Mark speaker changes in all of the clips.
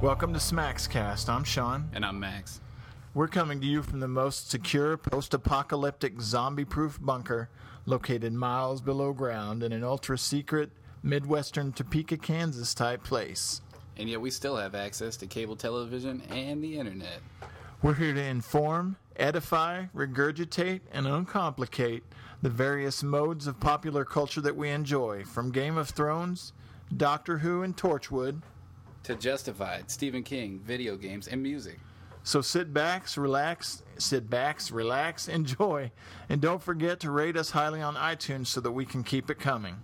Speaker 1: to Smackscast. I'm Sean.
Speaker 2: And I'm Max.
Speaker 1: We're coming to you from the most secure post apocalyptic zombie proof bunker located miles below ground in an ultra secret Midwestern Topeka, Kansas type place.
Speaker 2: And yet we still have access to cable television and the internet.
Speaker 1: We're here to inform, edify, regurgitate, and uncomplicate the various modes of popular culture that we enjoy, from Game of Thrones, Doctor Who, and Torchwood.
Speaker 2: To Justified, Stephen King, video games, and music.
Speaker 1: So sit backs, relax, sit backs, relax, enjoy, and don't forget to rate us highly on iTunes so that we can keep it coming.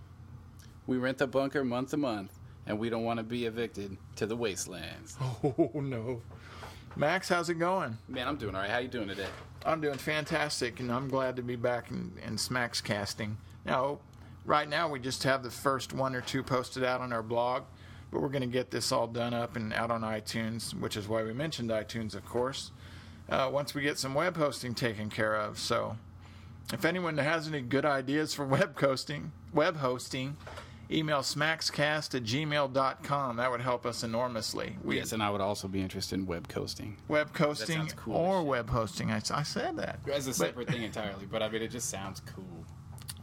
Speaker 2: We rent the bunker month to month, and we don't want to be evicted to the wastelands.
Speaker 1: Oh no. Max, how's it going?
Speaker 2: Man, I'm doing all right. How you doing today?
Speaker 1: I'm doing fantastic, and I'm glad to be back in, in Smacks casting. Now, right now we just have the first one or two posted out on our blog, but we're going to get this all done up and out on iTunes, which is why we mentioned iTunes, of course. Uh, once we get some web hosting taken care of, so if anyone has any good ideas for web hosting, web hosting, email smackscast at gmail.com. That would help us enormously. We,
Speaker 2: Yes, and I would also be interested in web coasting.
Speaker 1: web hosting
Speaker 2: sounds cool as
Speaker 1: or
Speaker 2: shit.
Speaker 1: web hosting. I, s- I said that.
Speaker 2: That's a
Speaker 1: But
Speaker 2: separate thing entirely, but I mean, it just sounds cool.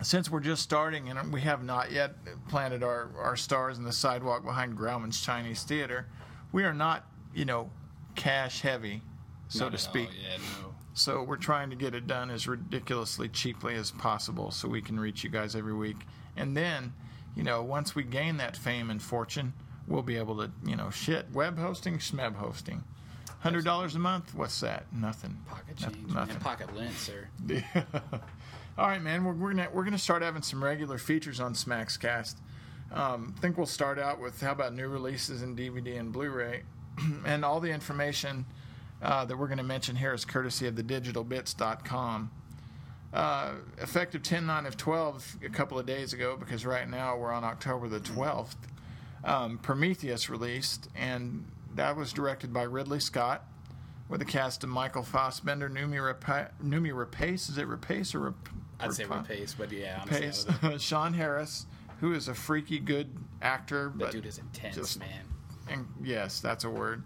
Speaker 1: since we're just starting and we have not yet planted our, our stars in the sidewalk behind Grauman's Chinese Theater, we are not, you know, cash heavy, so
Speaker 2: Not
Speaker 1: to
Speaker 2: at all.
Speaker 1: speak.
Speaker 2: Yeah, no.
Speaker 1: So we're trying to get it done as ridiculously cheaply as possible so we can reach you guys every week. And then, you know, once we gain that fame and fortune, we'll be able to, you know, shit, web hosting, schmeb hosting. $100 a month? What's that? Nothing.
Speaker 2: Pocket
Speaker 1: No-
Speaker 2: change,
Speaker 1: nothing.
Speaker 2: man. Pocket lint, sir.
Speaker 1: All right, man. We're, we're gonna we're gonna start having some regular features on Smackscast. Um, I think we'll start out with how about new releases in DVD and Blu-ray, and all the information uh, that we're gonna mention here is courtesy of thedigitalbits.com. Uh, effective 10 9 of 12 a couple of days ago because right now we're on October the 12th. Um, Prometheus released, and that was directed by Ridley Scott with a cast of Michael Fassbender, Numi, Rapa- Numi Rapace. Is it Rapace or Rap-
Speaker 2: I'd say
Speaker 1: Rapa-
Speaker 2: repace, but yeah, I'm
Speaker 1: Rapace?
Speaker 2: That
Speaker 1: Sean Harris, who is a freaky good actor, but
Speaker 2: dude is intense,
Speaker 1: just-
Speaker 2: man.
Speaker 1: and yes, that's a word.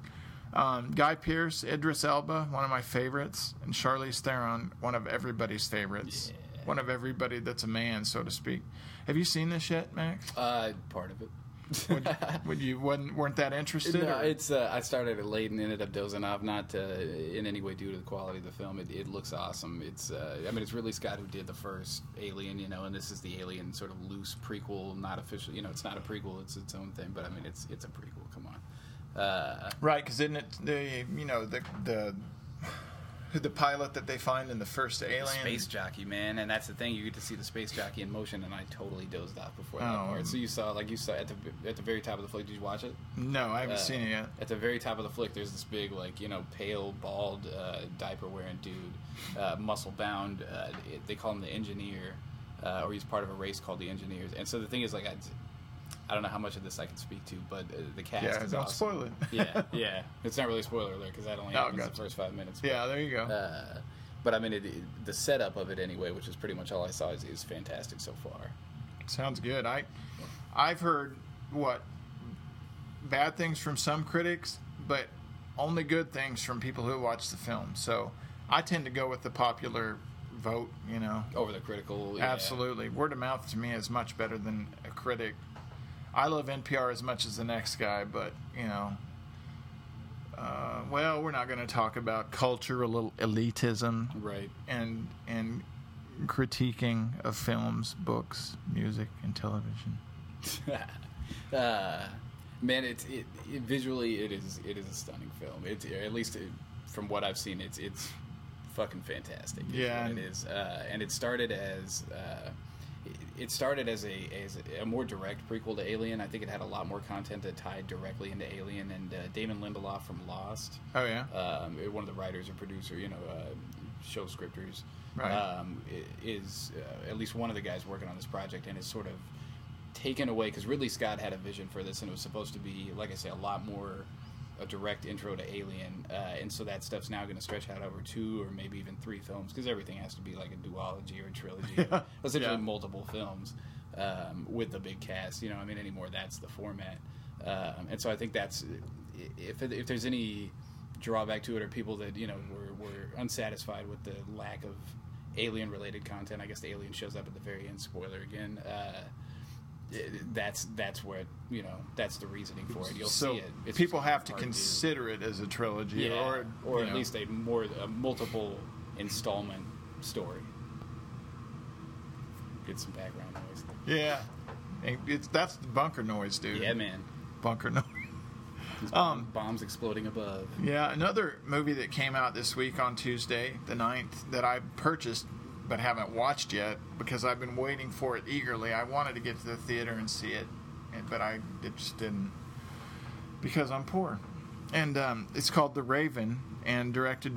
Speaker 1: Um, Guy Pearce, Idris Elba, one of my favorites, and Charlize Theron, one of everybody's favorites. One of everybody that's a man, so to speak. Have you seen this yet, Max?
Speaker 2: Uh, part of it.
Speaker 1: Would, would you wasn't, weren't that interested?
Speaker 2: No,
Speaker 1: or-
Speaker 2: it's uh, I started it late and ended up dozing off. Not uh, in any way due to the quality of the film. It, it looks awesome. It's uh, I mean it's really Scott who did the first Alien, you know, and this is the Alien sort of loose prequel, not official. You know, it's not a prequel. It's its own thing. But I mean, it's it's a prequel. Come on. Uh,
Speaker 1: Right, because isn't it the you know the the the pilot that they find in the first Alien?
Speaker 2: Space jockey, man, and that's the thing. You get to see the space jockey in motion, and I totally dozed off before that
Speaker 1: Oh.
Speaker 2: part. So you saw, like, you saw at the at the very top of the flick. Did you watch it?
Speaker 1: No, I haven't
Speaker 2: Uh,
Speaker 1: seen it yet.
Speaker 2: At the very top of the flick, there's this big, like, you know, pale, bald, uh, diaper wearing dude, uh, muscle bound. Uh, it- they call him the engineer, uh, or he's part of a race called the engineers. And so the thing is, like, I, I don't know how much of this I can speak to, but uh, the cast
Speaker 1: Yeah,
Speaker 2: is
Speaker 1: don't
Speaker 2: awesome.
Speaker 1: spoil it.
Speaker 2: yeah, yeah. It's not really a spoiler alert because that only
Speaker 1: Oh,
Speaker 2: happens
Speaker 1: gotcha.
Speaker 2: the first five minutes. but-
Speaker 1: Yeah, there you go.
Speaker 2: uh, but I mean, it, it- the setup of it anyway, which is pretty much all I saw, is, is fantastic so far.
Speaker 1: Sounds good. I I've heard what bad things from some critics, but only good things from people who watch the film. So I tend to go with the popular vote. You know,
Speaker 2: Over the critical, yeah.
Speaker 1: absolutely word of mouth to me is much better than a critic. I love NPR as much as the next guy, but you know. Uh, well, we're not going to talk about cultural elitism
Speaker 2: right?
Speaker 1: and and critiquing of films, books, music, and television.
Speaker 2: uh, man, it's it, it visually it is it is a stunning film. It's at least it, from what I've seen, it's it's fucking fantastic. is
Speaker 1: Yeah,
Speaker 2: what
Speaker 1: and-
Speaker 2: it is. Uh, and it started as. Uh, it- it started as a as a more direct prequel to Alien. I think it had a lot more content that tied directly into Alien and uh, Damon Lindelof from Lost.
Speaker 1: Oh yeah,
Speaker 2: um, one of the writers or producer, you know, uh, show scripters,
Speaker 1: Right.
Speaker 2: um, i- is uh, at least one of the guys working on this project and is sort of taken away because Ridley Scott had a vision for this and it was supposed to be, like I say, a lot more a direct intro to Alien, uh, and so that stuff's now going to stretch out over two or maybe even three films because everything has to be like a duology or a trilogy, or essentially
Speaker 1: Yeah.
Speaker 2: multiple films um, with the big cast. You know, I mean, anymore that's the format, um, and so I think that's i- if it- if there's any drawback to it or people that you know were, were unsatisfied with the lack of alien related content, I guess the alien shows up at the very end. Spoiler again. Uh, i- that's that's what you know. That's the reasoning for it. You'll
Speaker 1: so
Speaker 2: see it. It's
Speaker 1: people
Speaker 2: just
Speaker 1: have to
Speaker 2: hard
Speaker 1: consider it as a trilogy,
Speaker 2: yeah,
Speaker 1: or
Speaker 2: or
Speaker 1: you
Speaker 2: at
Speaker 1: know.
Speaker 2: least a more a multiple installment story. Get some background noise.
Speaker 1: yeah. And It's, that's the bunker noise, dude.
Speaker 2: Yeah, man.
Speaker 1: bunker noise.
Speaker 2: These
Speaker 1: Um,
Speaker 2: bombs exploding above.
Speaker 1: Yeah, another movie that came out this week on Tuesday, the 9th, that I purchased but haven't watched yet because I've been waiting for it eagerly. I wanted to get to the theater and see it, and- but I it just didn't because I'm poor. And um, it's called The Raven, and directed.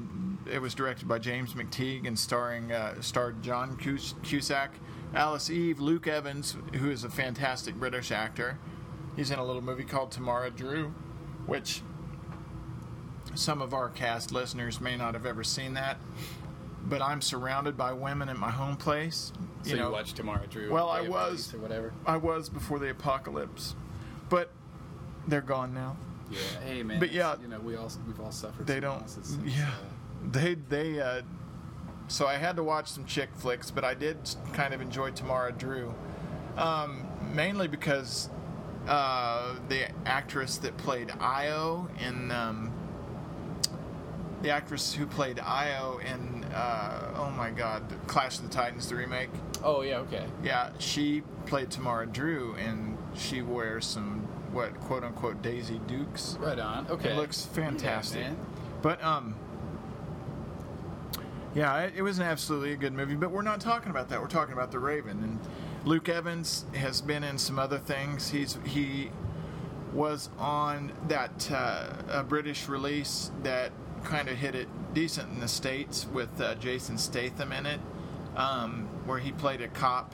Speaker 1: It was directed by James McTeague and starring uh, starred John Cus- Cusack, Alice Eve, Luke Evans, who is a fantastic British actor. He's in a little movie called Tamara Drew, which some of our cast listeners may not have ever seen that. But I'm surrounded by women at my home place.
Speaker 2: So
Speaker 1: you
Speaker 2: you,
Speaker 1: know,
Speaker 2: watched Tomorrow Drew?
Speaker 1: Well,
Speaker 2: Day
Speaker 1: I
Speaker 2: of
Speaker 1: was-
Speaker 2: Release or whatever.
Speaker 1: I was before the apocalypse, but they're gone now.
Speaker 2: Yeah. Hey man.
Speaker 1: But yeah,
Speaker 2: it's- you know we all we've all suffered.
Speaker 1: They
Speaker 2: some
Speaker 1: don't.
Speaker 2: losses since,
Speaker 1: Yeah,
Speaker 2: uh,
Speaker 1: they they. Uh, so I had to watch some chick flicks, but I did kind of enjoy Tamara Drew, um, mainly because uh, the actress that played Io in um, the actress who played Io in uh, oh my god, the Clash of the Titans, the remake.
Speaker 2: oh yeah. Okay.
Speaker 1: Yeah, she played Tamara Drew, and she wears some what quote unquote Daisy Dukes.
Speaker 2: Right on. Okay.
Speaker 1: It looks fantastic.
Speaker 2: Yeah, man.
Speaker 1: but um, yeah, it, it was an absolutely a good movie. But we're not talking about that. We're talking about the Raven and Luke Evans has been in some other things. He's he was on that uh, a British release that kind of hit it decent in the states with uh, Jason Statham in it, um, where he played a cop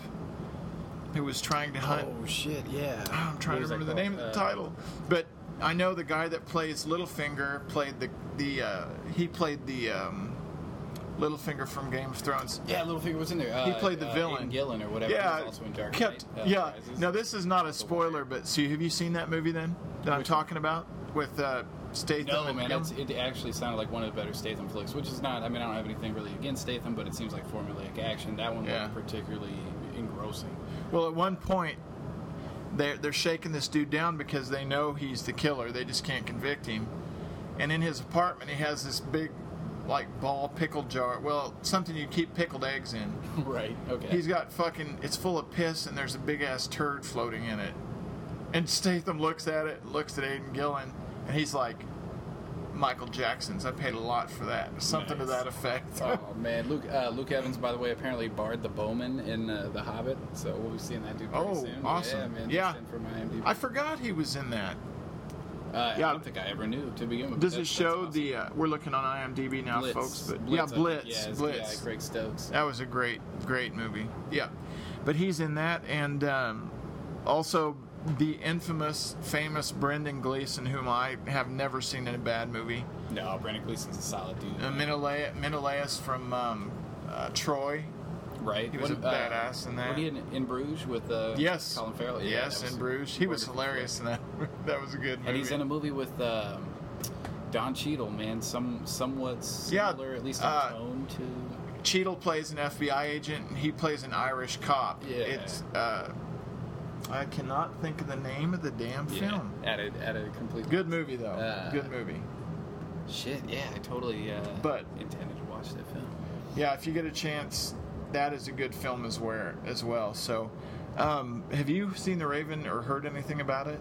Speaker 1: who was trying to hunt. Ah,
Speaker 2: Oh shit. Yeah.
Speaker 1: I'm trying
Speaker 2: What
Speaker 1: to
Speaker 2: was that
Speaker 1: remember the name of
Speaker 2: called?
Speaker 1: the
Speaker 2: Uh,
Speaker 1: title, but I know the guy that plays Littlefinger played the the uh, he played the um, Littlefinger from Game of Thrones.
Speaker 2: Yeah, Littlefinger was in there. Uh,
Speaker 1: played the
Speaker 2: uh,
Speaker 1: villain.
Speaker 2: Aidan Gillen or whatever.
Speaker 1: Yeah,
Speaker 2: He's also in Dark
Speaker 1: kept.
Speaker 2: Knight, uh,
Speaker 1: yeah.
Speaker 2: Rises.
Speaker 1: Now this is not a
Speaker 2: The Wire.
Speaker 1: spoiler, but see, have you seen that movie then that I'm
Speaker 2: Which one?
Speaker 1: talking about with uh, Statham?
Speaker 2: No,
Speaker 1: and
Speaker 2: man,
Speaker 1: Gil-
Speaker 2: it's, it actually sounded like one of the better Statham flicks, which is not. I mean, I don't have anything really against Statham, but it seems like formulaic action. That one
Speaker 1: Yeah.
Speaker 2: looked particularly engrossing.
Speaker 1: Well, at one point, they're, they're shaking this dude down because they know he's the killer. They just can't convict him. And in his apartment, he has this big, like, ball pickle jar. Well, something you keep pickled eggs in.
Speaker 2: right. Okay.
Speaker 1: He's got fucking, it's full of piss, and there's a big ass turd floating in it. And Statham looks at it, looks at Aiden Gillen, and he's like, Michael Jackson's. I paid a lot for that. Something to
Speaker 2: Nice.
Speaker 1: that effect.
Speaker 2: Oh man, Luke uh, Luke Evans, by the way, apparently barred the Bowman in uh, The Hobbit, so we'll be seeing that dude. Pretty
Speaker 1: Oh,
Speaker 2: soon.
Speaker 1: awesome.
Speaker 2: Yeah, man.
Speaker 1: Yeah.
Speaker 2: just in From IMDb.
Speaker 1: I forgot he was in that.
Speaker 2: uh,
Speaker 1: yeah.
Speaker 2: I don't think I ever knew to begin with.
Speaker 1: Does
Speaker 2: That's-
Speaker 1: it show
Speaker 2: that's
Speaker 1: the? Uh, we're looking on IMDb now,
Speaker 2: awesome. Blitz.
Speaker 1: folks. But
Speaker 2: Blitz, I
Speaker 1: yeah,
Speaker 2: think.
Speaker 1: Blitz,
Speaker 2: Yeah, it's the
Speaker 1: Blitz.
Speaker 2: guy, Craig Stokes.
Speaker 1: that was a great, great movie. Yeah, but he's in that, and um, also the infamous, famous Brendan Gleeson, whom I have never seen in a bad movie.
Speaker 2: No, Brandon Gleason's a solid dude.
Speaker 1: Uh, Menelaus, Menelaus from um, uh, Troy.
Speaker 2: Right.
Speaker 1: He was
Speaker 2: When, uh,
Speaker 1: a badass in that.
Speaker 2: When he in, in Bruges with uh,
Speaker 1: Yes.
Speaker 2: Colin Farrell. Yeah,
Speaker 1: yes,
Speaker 2: that was
Speaker 1: in
Speaker 2: a
Speaker 1: Bruges, he was
Speaker 2: wonderful
Speaker 1: hilarious
Speaker 2: flick.
Speaker 1: in that. that was a good movie.
Speaker 2: And he's in a movie with um, Don Cheadle, man. Some somewhat
Speaker 1: Yeah,
Speaker 2: similar, at least in
Speaker 1: uh,
Speaker 2: tone to.
Speaker 1: Cheadle plays an FBI agent, and he plays an Irish cop.
Speaker 2: Yeah.
Speaker 1: It's uh, I cannot think of the name of the damn film.
Speaker 2: Yeah, at a at a completely
Speaker 1: Good movie though.
Speaker 2: Uh,
Speaker 1: Good movie.
Speaker 2: Shit, yeah, I totally uh,
Speaker 1: But-
Speaker 2: intended to watch that film.
Speaker 1: Yeah, if you get a chance, that is a good film as where as well. So, um, have you seen The Raven or heard anything about it?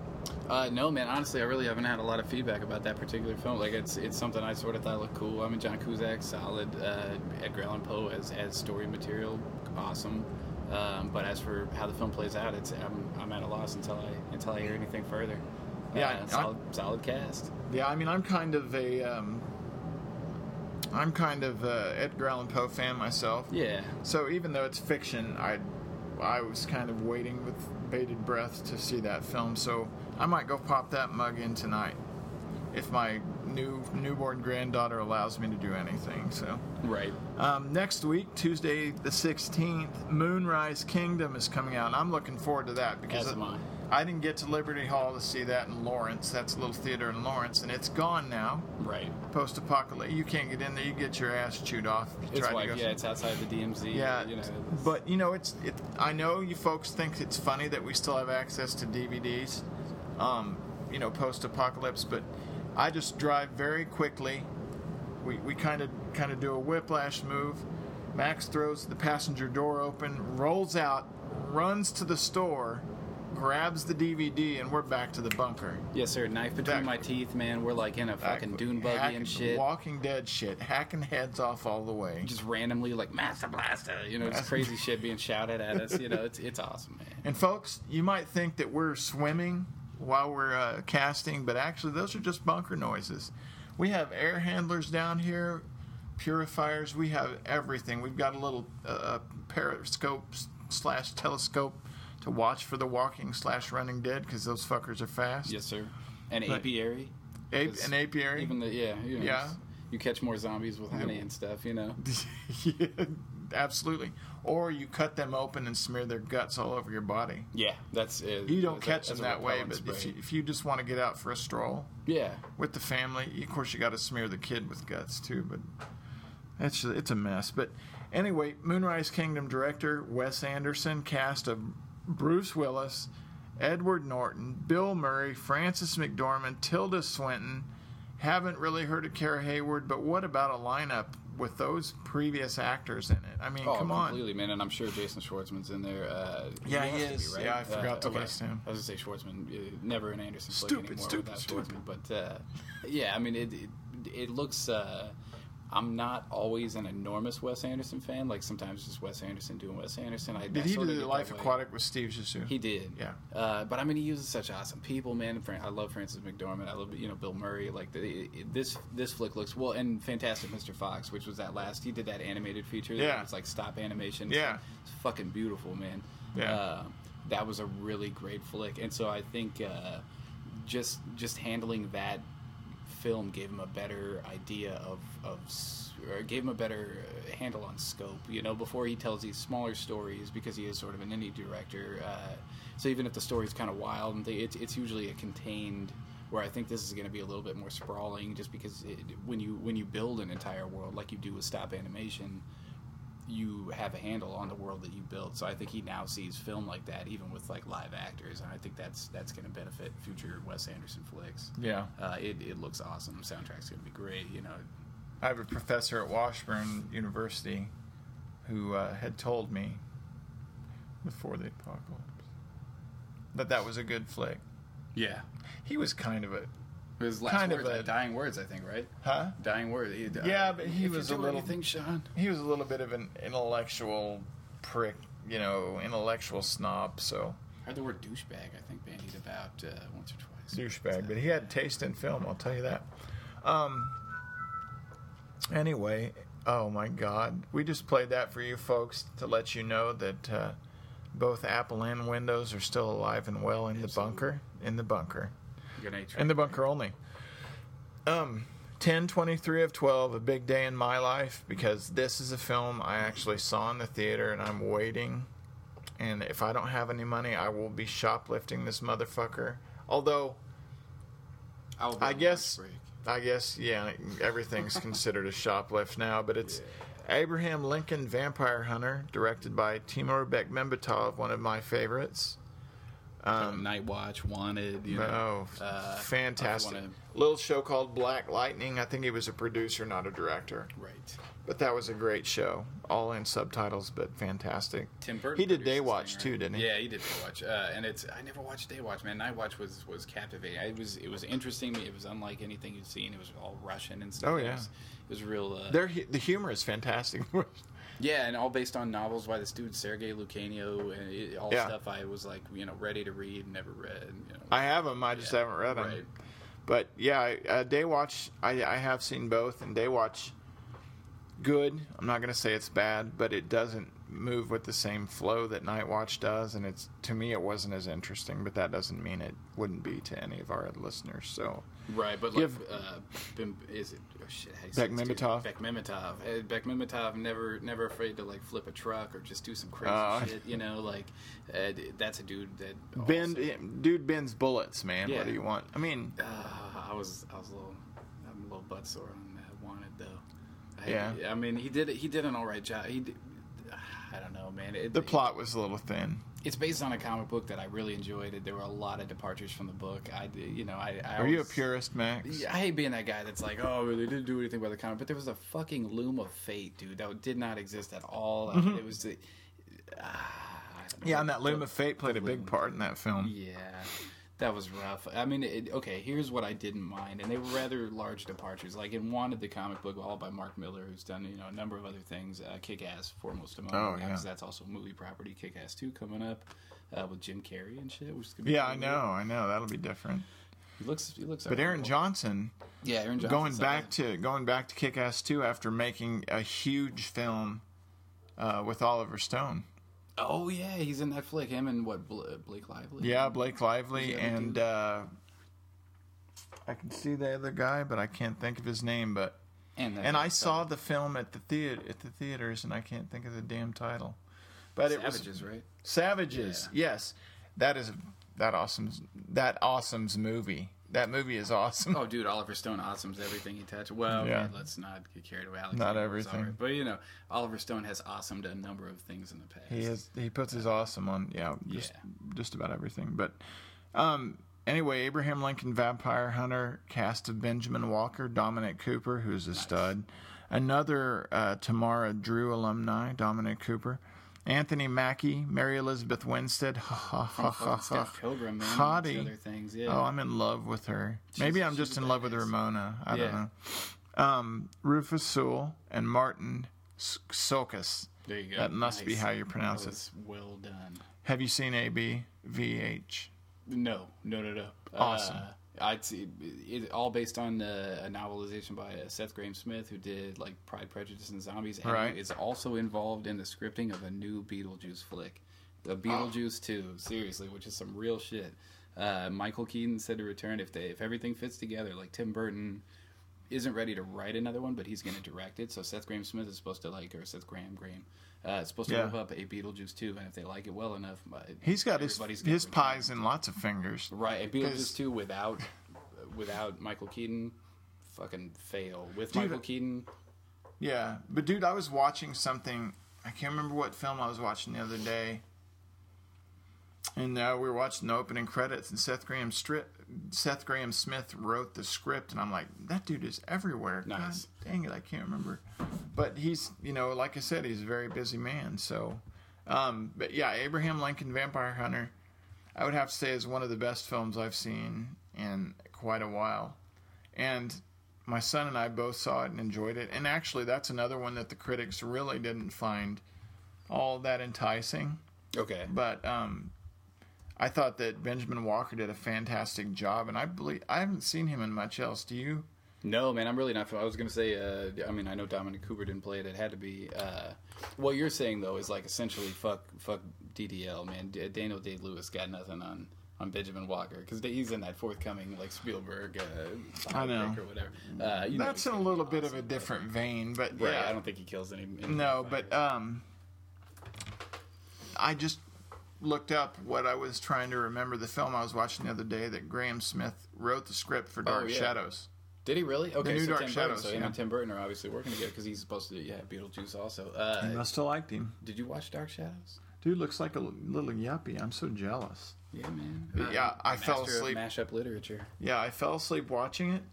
Speaker 2: Uh, no, man, honestly, I really haven't had a lot of feedback about that particular film. Like, it's it's something I sort of thought looked cool. I mean, John Cusack, solid. Uh, Edgar Allan Poe as, as story material, awesome. Um, but as for how the film plays out, it's I'm, I'm at a loss until I until I hear anything further.
Speaker 1: Yeah,
Speaker 2: Uh,
Speaker 1: I-
Speaker 2: solid, solid cast.
Speaker 1: Yeah, I mean, I'm kind of a um, I'm kind of a Edgar Allan Poe fan myself.
Speaker 2: Yeah,
Speaker 1: So even though it's fiction, I I was kind of waiting with bated breath to see that film. So I might go pop that mug in tonight. if my new newborn granddaughter allows me to do anything. So
Speaker 2: Right.
Speaker 1: um, next week, Tuesday the sixteenth, Moonrise Kingdom is coming out. and I'm looking forward to that because
Speaker 2: As am I.
Speaker 1: I didn't get to Liberty Hall to see that in Lawrence. That's a little theater in Lawrence, and it's gone now.
Speaker 2: Right.
Speaker 1: Post-apocalyptic, you can't get in there. You get your ass chewed off. if you
Speaker 2: It's
Speaker 1: try to
Speaker 2: like
Speaker 1: go-
Speaker 2: yeah, it's outside the DMZ.
Speaker 1: yeah,
Speaker 2: You know. it's-
Speaker 1: but you know, it's it. I know you folks think it's funny that we still have access to DVDs, um, you know, post-apocalypse. But I just drive very quickly. We we kind of kind of do a whiplash move. Max throws the passenger door open, rolls out, runs to the store, grabs the DVD, and we're back to the bunker.
Speaker 2: Yes, sir. Knife between
Speaker 1: Back-
Speaker 2: my teeth, man. We're like in a fucking
Speaker 1: Hack-
Speaker 2: dune buggy
Speaker 1: hack-
Speaker 2: and shit.
Speaker 1: Walking Dead shit, hacking heads off all the way.
Speaker 2: Just randomly like Master Blaster, you know, just crazy shit being shouted at us. You know, it's it's awesome, man.
Speaker 1: And folks, you might think that we're swimming while we're uh, casting, but actually, those are just bunker noises. We have air handlers down here, purifiers. We have everything. We've got a little uh, periscope slash telescope to watch for the walking slash running dead because those fuckers are fast.
Speaker 2: Yes, sir. An
Speaker 1: But-
Speaker 2: apiary.
Speaker 1: Ape,
Speaker 2: Because
Speaker 1: an apiary.
Speaker 2: Even the yeah, you know,
Speaker 1: Yeah.
Speaker 2: You catch more zombies with honey and stuff, you know.
Speaker 1: yeah, absolutely. Or you cut them open and smear their guts all over your body.
Speaker 2: Yeah, that's it.
Speaker 1: You don't
Speaker 2: That's a-
Speaker 1: catch them
Speaker 2: that's a
Speaker 1: that way, but
Speaker 2: repellent
Speaker 1: if
Speaker 2: spray.
Speaker 1: you, if you just want to get out for a stroll,
Speaker 2: yeah,
Speaker 1: with the family. Of course, you got to smear the kid with guts too, but that's it's a mess. But anyway, Moonrise Kingdom director Wes Anderson, cast of Bruce Willis, Edward Norton, Bill Murray, Francis McDormand, Tilda Swinton. Haven't really heard of Kara Hayward, but what about a lineup with those previous actors in it? I mean,
Speaker 2: oh,
Speaker 1: come on.
Speaker 2: completely, man. And I'm sure Jason Schwartzman's in there. Uh,
Speaker 1: Yeah, he
Speaker 2: has to Uh,
Speaker 1: is. Yeah, I forgot to
Speaker 2: okay.
Speaker 1: list him.
Speaker 2: I was gonna say Schwartzman, uh, never an Anderson flick
Speaker 1: Stupid,
Speaker 2: anymore
Speaker 1: stupid,
Speaker 2: without
Speaker 1: stupid.
Speaker 2: Schwartzman. But uh, yeah, I mean, it it, it looks. Uh, I'm not always an enormous Wes Anderson fan. Like sometimes just Wes Anderson doing Wes Anderson. I,
Speaker 1: Did
Speaker 2: I
Speaker 1: he do
Speaker 2: sorta
Speaker 1: the
Speaker 2: get
Speaker 1: Life
Speaker 2: that way.
Speaker 1: Aquatic with Steve Zissou?
Speaker 2: He did.
Speaker 1: Yeah.
Speaker 2: Uh, but I mean, he uses such awesome people, man. Fran- I love Francis McDormand. I love you know Bill Murray. Like the, it- this this flick looks well, and Fantastic Mr. Fox, which was that last. He did that animated feature. that
Speaker 1: Yeah.
Speaker 2: was like stop animation.
Speaker 1: Yeah.
Speaker 2: It's fucking beautiful, man.
Speaker 1: Yeah.
Speaker 2: Uh, that was a really great flick, and so I think uh, just just handling that film gave him a better idea of, of s- or gave him a better uh, handle on scope you know before he tells these smaller stories because he is sort of an indie director uh, so even if the story's kind of wild and they, it's, it's usually a contained where I think this is going to be a little bit more sprawling just because it, when you when you build an entire world like you do with stop animation you have a handle on the world that you build so I think he now sees film like that even with like live actors and I think that's that's going to benefit future Wes Anderson flicks
Speaker 1: yeah.
Speaker 2: uh, it, it looks awesome. Soundtrack's gonna be great. You know,
Speaker 1: I have a professor at Washburn University who uh, had told me before the apocalypse that that was a good flick.
Speaker 2: yeah.
Speaker 1: He was kind of a
Speaker 2: It was last
Speaker 1: Kind of
Speaker 2: words,
Speaker 1: a-
Speaker 2: uh, dying words, I think, right?
Speaker 1: huh?
Speaker 2: Dying words. He- uh,
Speaker 1: Yeah, but he
Speaker 2: if
Speaker 1: was
Speaker 2: you
Speaker 1: a
Speaker 2: do
Speaker 1: little-
Speaker 2: Anything, Sean?
Speaker 1: He was a little bit of an intellectual prick, you know, intellectual snob. So
Speaker 2: I heard the word douchebag. I think bandied about uh, once or twice.
Speaker 1: douchebag, but he had taste in film. I'll tell you that. Um. Anyway, oh my God, we just played that for you folks to let you know that uh, both Apple and Windows are still alive and well in the bunker. In the bunker.
Speaker 2: Good nature.
Speaker 1: In the bunker only. Um, 10, 23 of 12, a big day in my life because this is a film I actually saw in the theater and I'm waiting. And if I don't have any money, I will be shoplifting this motherfucker. Although,
Speaker 2: I'll be
Speaker 1: I
Speaker 2: on
Speaker 1: guess-
Speaker 2: lunch break.
Speaker 1: I guess, yeah, everything's considered a shoplift now, but it's Abraham Lincoln Vampire Hunter, directed by Timur Bekmambetov, one of my favorites. um,
Speaker 2: Night Watch, Wanted. You know,
Speaker 1: Oh,
Speaker 2: Uh,
Speaker 1: fantastic.
Speaker 2: I wanna-
Speaker 1: Little show called Black Lightning. I think he was a producer, not a director.
Speaker 2: right.
Speaker 1: But that was a great show. All in subtitles, but fantastic.
Speaker 2: Tim Burton.
Speaker 1: He did
Speaker 2: produced this
Speaker 1: Daywatch,
Speaker 2: thing,
Speaker 1: too, didn't he?
Speaker 2: Yeah, he did Daywatch, uh, and it's I never watched Daywatch, man. Nightwatch was was captivating. I, it was it was interesting. It was unlike anything you'd seen. It was all Russian and stuff.
Speaker 1: Oh,
Speaker 2: It
Speaker 1: yeah.
Speaker 2: was- it was real. Uh,
Speaker 1: Their, hu- the humor is fantastic.
Speaker 2: Yeah, and all based on novels by this dude Sergei Lucanio, and it, all
Speaker 1: Yeah.
Speaker 2: stuff I was like, you know, ready to read, and never read. and, You know,
Speaker 1: I have them. I just haven't read them.
Speaker 2: right.
Speaker 1: But yeah, I- uh, Daywatch. I, I have seen both, and Daywatch, good. I'm not gonna say it's bad, but it doesn't move with the same flow that Night Watch does, and it's to me it wasn't as interesting, but that doesn't mean it wouldn't be to any of our listeners. So
Speaker 2: Right, but like,
Speaker 1: Give-
Speaker 2: uh, Bim, is it oh shit? how do you say this dude?
Speaker 1: Bekmambetov.
Speaker 2: Bekmambetov. Uh, Bekmambetov never, never afraid to like flip a truck or just do some crazy
Speaker 1: Uh,
Speaker 2: shit. You know, like uh, d- that's a dude that. also-
Speaker 1: bend, eh, dude bends bullets, man.
Speaker 2: Oh, Yeah.
Speaker 1: What do you want? I mean,
Speaker 2: Uh, I was, I was a little, I'm a little butt sore on that wanted though. I,
Speaker 1: Yeah.
Speaker 2: I mean, he did, he did an all right job. He, did, I don't know, man. It,
Speaker 1: the plot was a little thin.
Speaker 2: it's based on a comic book that I really enjoyed. There were a lot of departures from the book. I, d- you know, I. I
Speaker 1: Are you a
Speaker 2: always-
Speaker 1: purist, Max?
Speaker 2: Yeah, I hate being that guy that's like, oh, they didn't do anything by the comic, but there was a fucking loom of fate, dude, that did not exist at all. I mean, it was, the- ah, I don't know.
Speaker 1: Mm-hmm. Yeah, and that loom of fate played a big part in that film.
Speaker 2: yeah, that was rough. I mean, it, okay, here's what I didn't mind, and they were rather large departures. Like in Wanted, the comic book, all by Mark Miller, who's done you know a number of other things, uh, Kick Ass foremost among,
Speaker 1: Oh,
Speaker 2: them,
Speaker 1: yeah.
Speaker 2: because that's also movie property. Kick Ass two coming up uh, with Jim Carrey and shit, which is gonna be
Speaker 1: Yeah, I
Speaker 2: pretty
Speaker 1: know,
Speaker 2: weird.
Speaker 1: I know. That'll be different.
Speaker 2: He looks, he looks.
Speaker 1: But Aaron
Speaker 2: John,
Speaker 1: Johnson,
Speaker 2: yeah, Aaron Johnson,
Speaker 1: going back to going back to Kick Ass Two after making a huge film uh, with Oliver Stone.
Speaker 2: Oh yeah, he's in that flick. Him and what Bla- Blake Lively?
Speaker 1: Yeah, Blake Lively
Speaker 2: Who's the other
Speaker 1: and uh, I can see the other guy, but I can't think of his name. But
Speaker 2: and, that
Speaker 1: and
Speaker 2: guy
Speaker 1: I saw the film at the theater at the theaters, and I can't think of the damn title. But it was
Speaker 2: Savages, right?
Speaker 1: Savages. Yes, that is that awesome. That awesome's movie. That movie is awesome.
Speaker 2: Oh, dude, Oliver Stone awesomes everything he touches. Well,
Speaker 1: Yeah.
Speaker 2: man, let's not get carried away. Alex
Speaker 1: Not
Speaker 2: Trebek was
Speaker 1: everything.
Speaker 2: alright. but you know, Oliver Stone has awesomed a number of things in the past.
Speaker 1: He is. He puts his awesome on. Yeah, just
Speaker 2: Yeah.
Speaker 1: just about everything. But um, anyway, Abraham Lincoln Vampire Hunter cast of Benjamin Walker, Dominic Cooper, who's a stud, another uh, Tamara Drew alumni, Dominic Cooper, Anthony Mackie, Mary Elizabeth Winstead. Ha ha ha ha
Speaker 2: Oh, Fucking
Speaker 1: ha.
Speaker 2: Steph Pilgrim, man,
Speaker 1: Hottie.
Speaker 2: amongst Other things, yeah.
Speaker 1: Oh, I'm in love with her. Maybe I'm just
Speaker 2: she's a
Speaker 1: in love with
Speaker 2: badass.
Speaker 1: Ramona. I don't
Speaker 2: Yeah.
Speaker 1: know. Um, Rufus Sewell and Martin S- Sulcus.
Speaker 2: there you go.
Speaker 1: That must be
Speaker 2: Nice.
Speaker 1: how you pronounce
Speaker 2: That
Speaker 1: it.
Speaker 2: was Well done.
Speaker 1: Have you seen ABVH?
Speaker 2: No, no, no, no.
Speaker 1: Awesome.
Speaker 2: Uh, I'd see it, all based on uh, a novelization by uh, Seth Graham Smith, who did like Pride, Prejudice, and Zombies, and
Speaker 1: Right.
Speaker 2: who is also involved in the scripting of a new Beetlejuice flick,
Speaker 1: Ah.
Speaker 2: the Beetlejuice Two, seriously, which is some real shit. Uh, Michael Keaton said to return if they if everything fits together, like Tim Burton isn't ready to write another one, but he's going to direct it. So Seth Graham Smith is supposed to like, or Seth Graham Graham, uh, is supposed to
Speaker 1: Yeah.
Speaker 2: whip up a Beetlejuice Two, and if they like it well enough, uh,
Speaker 1: He's got his
Speaker 2: everybody's gonna
Speaker 1: his
Speaker 2: return.
Speaker 1: pies and lots of fingers.
Speaker 2: Right, and
Speaker 1: 'Cause-
Speaker 2: Beetlejuice two without without Michael Keaton, fucking fail. With
Speaker 1: Dude,
Speaker 2: Michael Keaton,
Speaker 1: Yeah, but dude, I was watching something. I can't remember what film I was watching the other day. And uh, we were watching the opening credits, and Seth Graham Stri- Seth Graham Smith wrote the script, and I'm like, that dude is everywhere.
Speaker 2: Nice.
Speaker 1: God dang it, I can't remember. But he's, you know, like I said, he's a very busy man. So, um, but yeah, Abraham Lincoln Vampire Hunter, I would have to say is one of the best films I've seen in quite a while. And my son and I both saw it and enjoyed it. And actually, that's another one that the critics really didn't find all that enticing.
Speaker 2: okay,
Speaker 1: But um, I thought that Benjamin Walker did a fantastic job, and I believe I haven't seen him in much else. Do you?
Speaker 2: no man, I'm really not. I was gonna say, uh, I mean, I know Dominic Cooper didn't play it. It had to be. Uh, what you're saying though is like essentially fuck fuck DDL man. D- Daniel Day Lewis got nothing on on Benjamin Walker because he's in that forthcoming like Spielberg. Uh,
Speaker 1: I know.
Speaker 2: biopic or whatever. Uh, you know
Speaker 1: That's
Speaker 2: he's
Speaker 1: in a
Speaker 2: gonna be
Speaker 1: little bit of a
Speaker 2: awesome,
Speaker 1: different vein, but
Speaker 2: Right,
Speaker 1: yeah,
Speaker 2: I don't think he kills any. any
Speaker 1: No,
Speaker 2: fighters.
Speaker 1: but um, I just looked up what I was trying to remember the film I was watching the other day that Graham Smith wrote the script for Dark
Speaker 2: yeah.
Speaker 1: Shadows.
Speaker 2: Did he really? Okay,
Speaker 1: new
Speaker 2: so
Speaker 1: Dark
Speaker 2: Tim
Speaker 1: Shadows,
Speaker 2: Burton, so him
Speaker 1: yeah.
Speaker 2: and Tim Burton are obviously working together because he's supposed to. Yeah, Beetlejuice also. Uh,
Speaker 1: must have liked him.
Speaker 2: did you watch Dark Shadows?
Speaker 1: Dude looks like a little yuppie. I'm so jealous.
Speaker 2: Yeah, man. Uh,
Speaker 1: Yeah, I fell
Speaker 2: Master
Speaker 1: asleep.
Speaker 2: Of mashup literature.
Speaker 1: Yeah, I fell asleep watching it.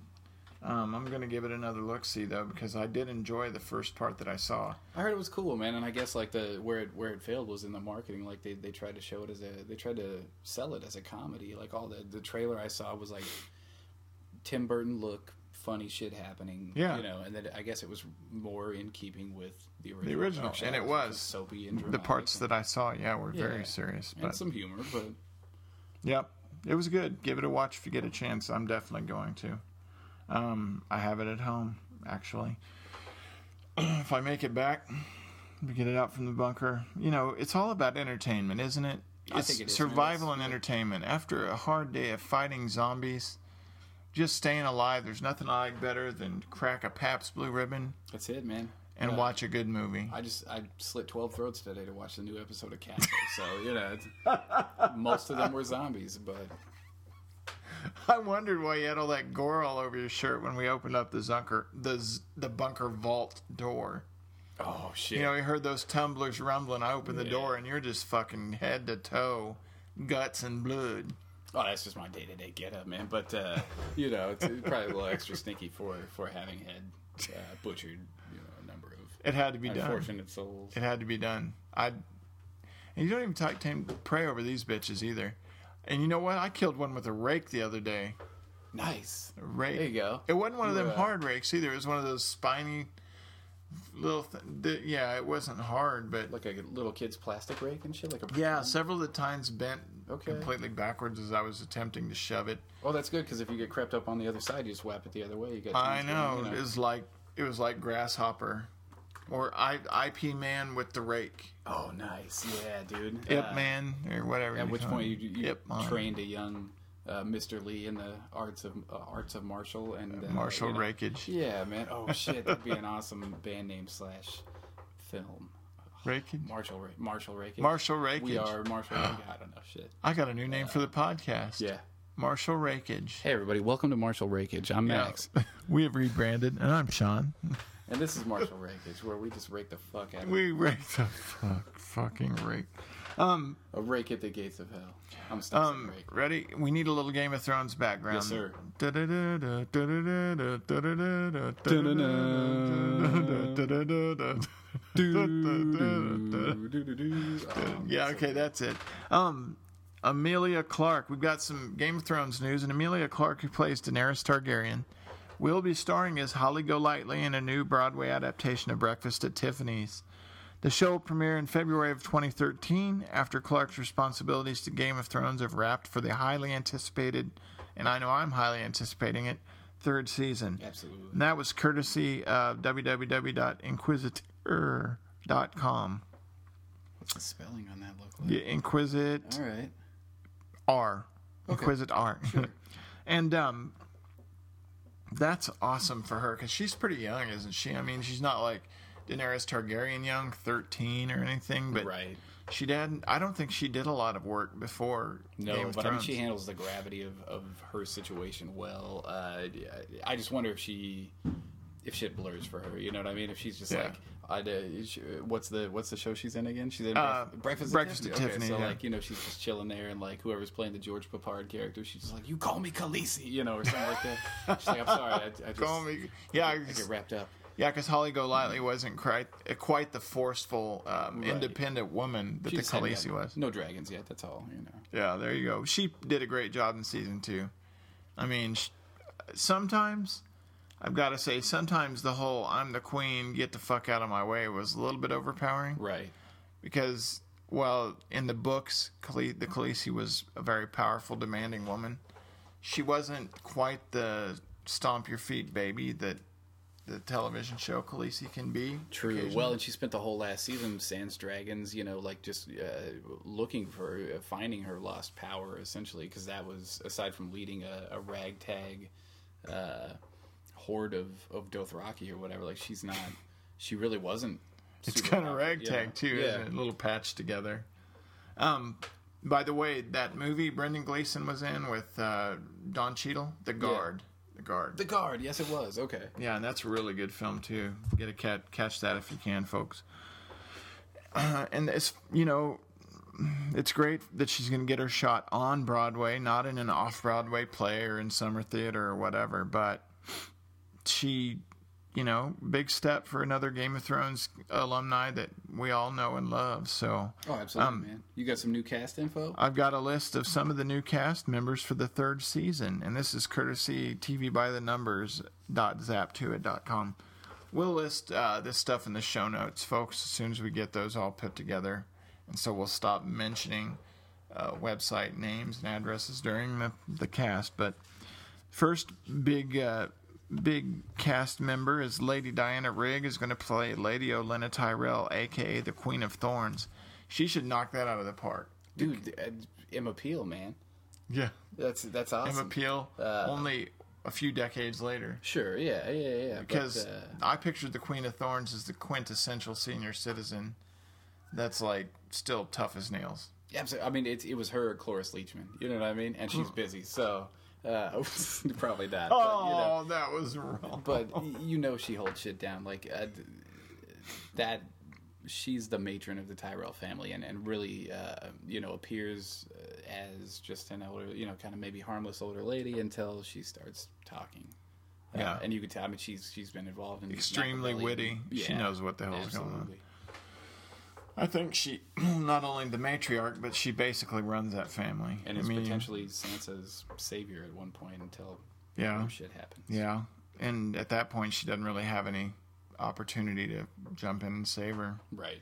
Speaker 1: Um, I'm gonna give it another look see though because I did enjoy the first part that I saw.
Speaker 2: I heard it was cool, man, and I guess like the where it where it failed was in the marketing. Like they, they tried to show it as a they tried to sell it as a comedy. Like all the the trailer I saw was like Tim Burton look, funny shit happening.
Speaker 1: Yeah.
Speaker 2: you know, and then I guess it was more in keeping with the original.
Speaker 1: original,
Speaker 2: Dark
Speaker 1: and it
Speaker 2: Shadows, which
Speaker 1: was.
Speaker 2: soapy and
Speaker 1: The
Speaker 2: dramatic
Speaker 1: parts
Speaker 2: and,
Speaker 1: that I saw, yeah, were very
Speaker 2: Yeah.
Speaker 1: serious.
Speaker 2: and
Speaker 1: But
Speaker 2: some humor, but
Speaker 1: yep, it was good. Give it a watch if you get a chance. I'm definitely going to. Um, I have it at home actually. if I make it back, We get it out from the bunker. You know, it's all about entertainment, isn't it?
Speaker 2: I
Speaker 1: It's
Speaker 2: think it is, man.
Speaker 1: survival
Speaker 2: It's-
Speaker 1: and entertainment. After a hard day of fighting zombies, just staying alive. There's nothing I like better than crack a Pabst Blue Ribbon
Speaker 2: That's it, man.
Speaker 1: and
Speaker 2: Yeah.
Speaker 1: watch a good movie.
Speaker 2: I just I slit twelve throats today to watch the new episode of Castle. so you know, it's, most of them were zombies, but
Speaker 1: I wondered why you had all that gore all over your shirt when we opened up the zunker, the z- the bunker vault door.
Speaker 2: oh shit,
Speaker 1: You know, you heard those tumblers rumbling. I opened the
Speaker 2: Yeah.
Speaker 1: door, and you're just fucking head to toe, guts and blood.
Speaker 2: oh that's just my day to day getup, man. But uh, you know, it's probably a little extra stinky for for having had uh, butchered you know a number of
Speaker 1: It had to be done.
Speaker 2: unfortunate souls.
Speaker 1: It had to be done. I and you don't even talk to pray over these bitches either. And you know what? I killed one with a rake the other day.
Speaker 2: Nice.
Speaker 1: A rake.
Speaker 2: There you go.
Speaker 1: It wasn't one of them
Speaker 2: Yeah.
Speaker 1: hard rakes either. It was one of those spiny little. Th- that- yeah, it wasn't hard, but
Speaker 2: Like a little kid's plastic rake and shit. Like a
Speaker 1: yeah, several of the tines bent
Speaker 2: Okay.
Speaker 1: completely backwards as I was attempting to shove it.
Speaker 2: Oh, that's good because if you get crept up on the other side, you just whap it the other way. You got.
Speaker 1: I
Speaker 2: things
Speaker 1: know.
Speaker 2: going,
Speaker 1: It
Speaker 2: you
Speaker 1: was like it was like grasshopper, or I, IP man with the rake,
Speaker 2: Oh, nice. Yeah, dude.
Speaker 1: Ip
Speaker 2: Uh,
Speaker 1: man, or whatever.
Speaker 2: At
Speaker 1: you
Speaker 2: which
Speaker 1: call
Speaker 2: point
Speaker 1: it.
Speaker 2: you, you
Speaker 1: Ip man.
Speaker 2: trained a young uh, Mr. Lee in the arts of uh, arts of martial and uh,
Speaker 1: Marshall
Speaker 2: you know-
Speaker 1: rakage,
Speaker 2: Yeah, man. Oh shit, that'd be an awesome band name slash film.
Speaker 1: rakage.
Speaker 2: Marshall Ra- Marshall Rakich.
Speaker 1: Marshall Rakage.
Speaker 2: We are Marshall. Rakich. I don't know shit.
Speaker 1: I got a new name for the podcast.
Speaker 2: Yeah.
Speaker 1: Marshall Rakage.
Speaker 2: Hey everybody, welcome to Marshall Rakich. I'm Max,
Speaker 1: Yeah. we have rebranded, and I'm Sean.
Speaker 2: and this is Marshall Rakich, where we just rake the fuck out of
Speaker 1: We rake the fuck, fucking rake. Um,
Speaker 2: a rake at the gates of hell. I'm stuck
Speaker 1: um,
Speaker 2: rake.
Speaker 1: ready? We need a little Game of Thrones background.
Speaker 2: Yes, sir.
Speaker 1: Da-da-da-da, da-da-da-da, da-da-da-da, da-da-da-da, da-da-da-da, da-da-da-da.
Speaker 2: Um,
Speaker 1: Yeah, okay, that's it. Um, Amelia Clark. We've got some Game of Thrones news, and Amelia Clark, who plays Daenerys Targaryen, will be starring as Holly Golightly in a new Broadway adaptation of Breakfast at Tiffany's. The show will premiere in February of 2013 after Clark's responsibilities to Game of Thrones have wrapped for the highly anticipated, and I know I'm highly anticipating it, third season.
Speaker 2: absolutely.
Speaker 1: And that was courtesy of www.inquisitor.com.
Speaker 2: What's the spelling on that look like?
Speaker 1: Yeah, Inquisit.
Speaker 2: All right.
Speaker 1: R. Inquisit R. and um, that's awesome for her because she's pretty young, isn't she? I mean, she's not like Daenerys Targaryen young, 13 or anything, but
Speaker 2: Right.
Speaker 1: she did I don't think she did a lot of work before
Speaker 2: No,
Speaker 1: Game of
Speaker 2: but I mean,
Speaker 1: Thrones.
Speaker 2: she handles the gravity of, of her situation well. Uh, I just wonder if she, if shit blurs for her. You know what I mean? If she's just
Speaker 1: Yeah.
Speaker 2: like, I, d- she- what's the what's the show she's in again? She's in
Speaker 1: Uh,
Speaker 2: Bref- Breakfast,
Speaker 1: Breakfast
Speaker 2: at
Speaker 1: at
Speaker 2: Tiffany.
Speaker 1: Tiffany,
Speaker 2: So
Speaker 1: yeah.
Speaker 2: like, you know, she's just chilling there, and like whoever's playing the George Papard character, she's just like, you call me Khaleesi, you know, or something like that. She's like, I'm sorry, I, I just
Speaker 1: Call me- Yeah,
Speaker 2: I get wrapped up.
Speaker 1: yeah, because Holly Golightly wasn't quite, quite the forceful, um, independent woman that
Speaker 2: She
Speaker 1: the
Speaker 2: just had
Speaker 1: Khaleesi
Speaker 2: no-
Speaker 1: was.
Speaker 2: No dragons yet. That's all. You know.
Speaker 1: Yeah, there you
Speaker 2: Mm-hmm.
Speaker 1: go. She did a great job in season two. I mean, sh sometimes I've got to say, sometimes the whole "I'm the queen, get the fuck out of my way" was a little bit overpowering
Speaker 2: Right.
Speaker 1: because, well, in the books, Khale- the Khaleesi was a very powerful, demanding woman. She wasn't quite the stomp your feet baby that the television show Khaleesi can be.
Speaker 2: True.
Speaker 1: occasionally.
Speaker 2: Well, and she spent the whole last season sans dragons, you know, like just uh, looking for uh, finding her lost power essentially, because that was aside from leading a, a ragtag uh, horde of of Dothraki or whatever. Like she's not. She really wasn't.
Speaker 1: It's kind of ragtag too,
Speaker 2: Yeah.
Speaker 1: isn't it? A little patched together. Um, by the way, that movie Brendan Gleeson was in with uh, Don Cheadle, The Guard, The Guard.
Speaker 2: The guard. Yes, it was. Okay.
Speaker 1: yeah, and that's a really good film too. Get a cat, catch that if you can, folks. Uh, and it's you know, it's great that she's going to get her shot on Broadway, not in an off-Broadway play or in summer theater or whatever. But she, you know, big step for another Game of Thrones alumni that we all know and love. So
Speaker 2: Oh, absolutely,
Speaker 1: Um,
Speaker 2: man. You got some new cast info?
Speaker 1: I've got a list of some of the new cast members for the third season, and this is courtesy tvbythenumbers.zaptoit.com. We'll list uh, this stuff in the show notes, folks, as soon as we get those all put together. And so we'll stop mentioning uh, website names and addresses during the, the cast. But first big uh, big cast member is Lady Diana Rigg is going to play Lady Olenna Tyrell, aka the Queen of Thorns. She should knock that out of the park.
Speaker 2: Dude, uh, Emma Peel, man.
Speaker 1: Yeah,
Speaker 2: That's that's awesome.
Speaker 1: Emma Peel.
Speaker 2: Uh,
Speaker 1: only a few decades later,
Speaker 2: Sure, yeah, yeah, yeah. but,
Speaker 1: because
Speaker 2: uh,
Speaker 1: I pictured the Queen of Thorns as the quintessential senior citizen. That's like still tough as nails.
Speaker 2: yeah, I'm sorry, I mean, it, it was her, or Cloris Leachman. You know what I mean? And she's busy, so uh, probably not.
Speaker 1: Oh,
Speaker 2: but, you know.
Speaker 1: that was wrong.
Speaker 2: but y- you know she holds shit down like uh, th- that she's the matron of the tyrell family and, and really uh, you know appears uh, as just an older you know kind of maybe harmless older lady until she starts talking Uh,
Speaker 1: Yeah.
Speaker 2: and you can tell i mean she's she's been involved in
Speaker 1: Extremely
Speaker 2: Machiavelli.
Speaker 1: witty. She
Speaker 2: Yeah,
Speaker 1: knows what the hell's
Speaker 2: absolutely.
Speaker 1: going on. I think she, not only the matriarch, but she basically runs that family.
Speaker 2: and
Speaker 1: I
Speaker 2: is
Speaker 1: mean,
Speaker 2: potentially sansa's savior at one point until
Speaker 1: yeah,
Speaker 2: shit happens
Speaker 1: yeah. And at that point, she doesn't really have any opportunity to jump in and save her.
Speaker 2: right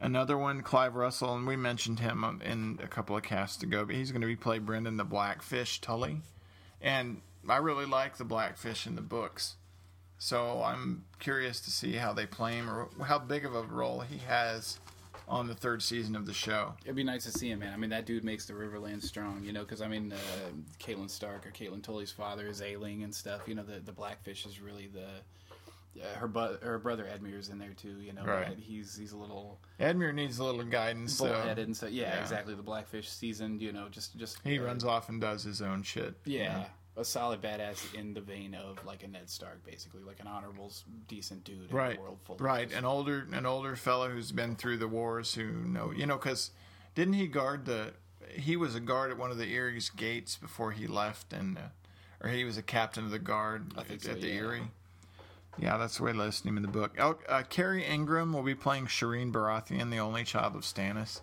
Speaker 1: Another one, Clive Russell, and we mentioned him on- in a couple of casts ago, but he's going to be played Brendan the Blackfish Tully, and I really like the Blackfish in the books, so I'm curious to see how they play him or how big of a role he has on the third season of the show.
Speaker 2: It'd be nice to see him, man. I mean, that dude makes the Riverlands strong, you know. Because I mean, uh, Caitlin Stark or Caitlin Tully's father is ailing and stuff. You know, the the Blackfish is really the uh, her bu- her brother Edmure's in there too. You know,
Speaker 1: Right.
Speaker 2: but he's he's a little
Speaker 1: Edmure needs a little guidance, so
Speaker 2: bullheaded and so yeah,
Speaker 1: yeah.
Speaker 2: exactly. The Blackfish seasoned, you know, just just
Speaker 1: he
Speaker 2: uh,
Speaker 1: runs off and does his own shit.
Speaker 2: Yeah, a solid badass in the vein of like a Ned Stark, basically, like an honorable, s- decent dude. In
Speaker 1: right
Speaker 2: a world full of
Speaker 1: right an older an older fellow who's been through the wars who know you know because didn't he guard the he was a guard at one of the erie's gates before he left and uh, or he was a captain of the guard
Speaker 2: I think
Speaker 1: at,
Speaker 2: so,
Speaker 1: the
Speaker 2: yeah.
Speaker 1: erie yeah that's the way they list him in the book oh uh, carrie ingram will be playing shireen baratheon the only child of stannis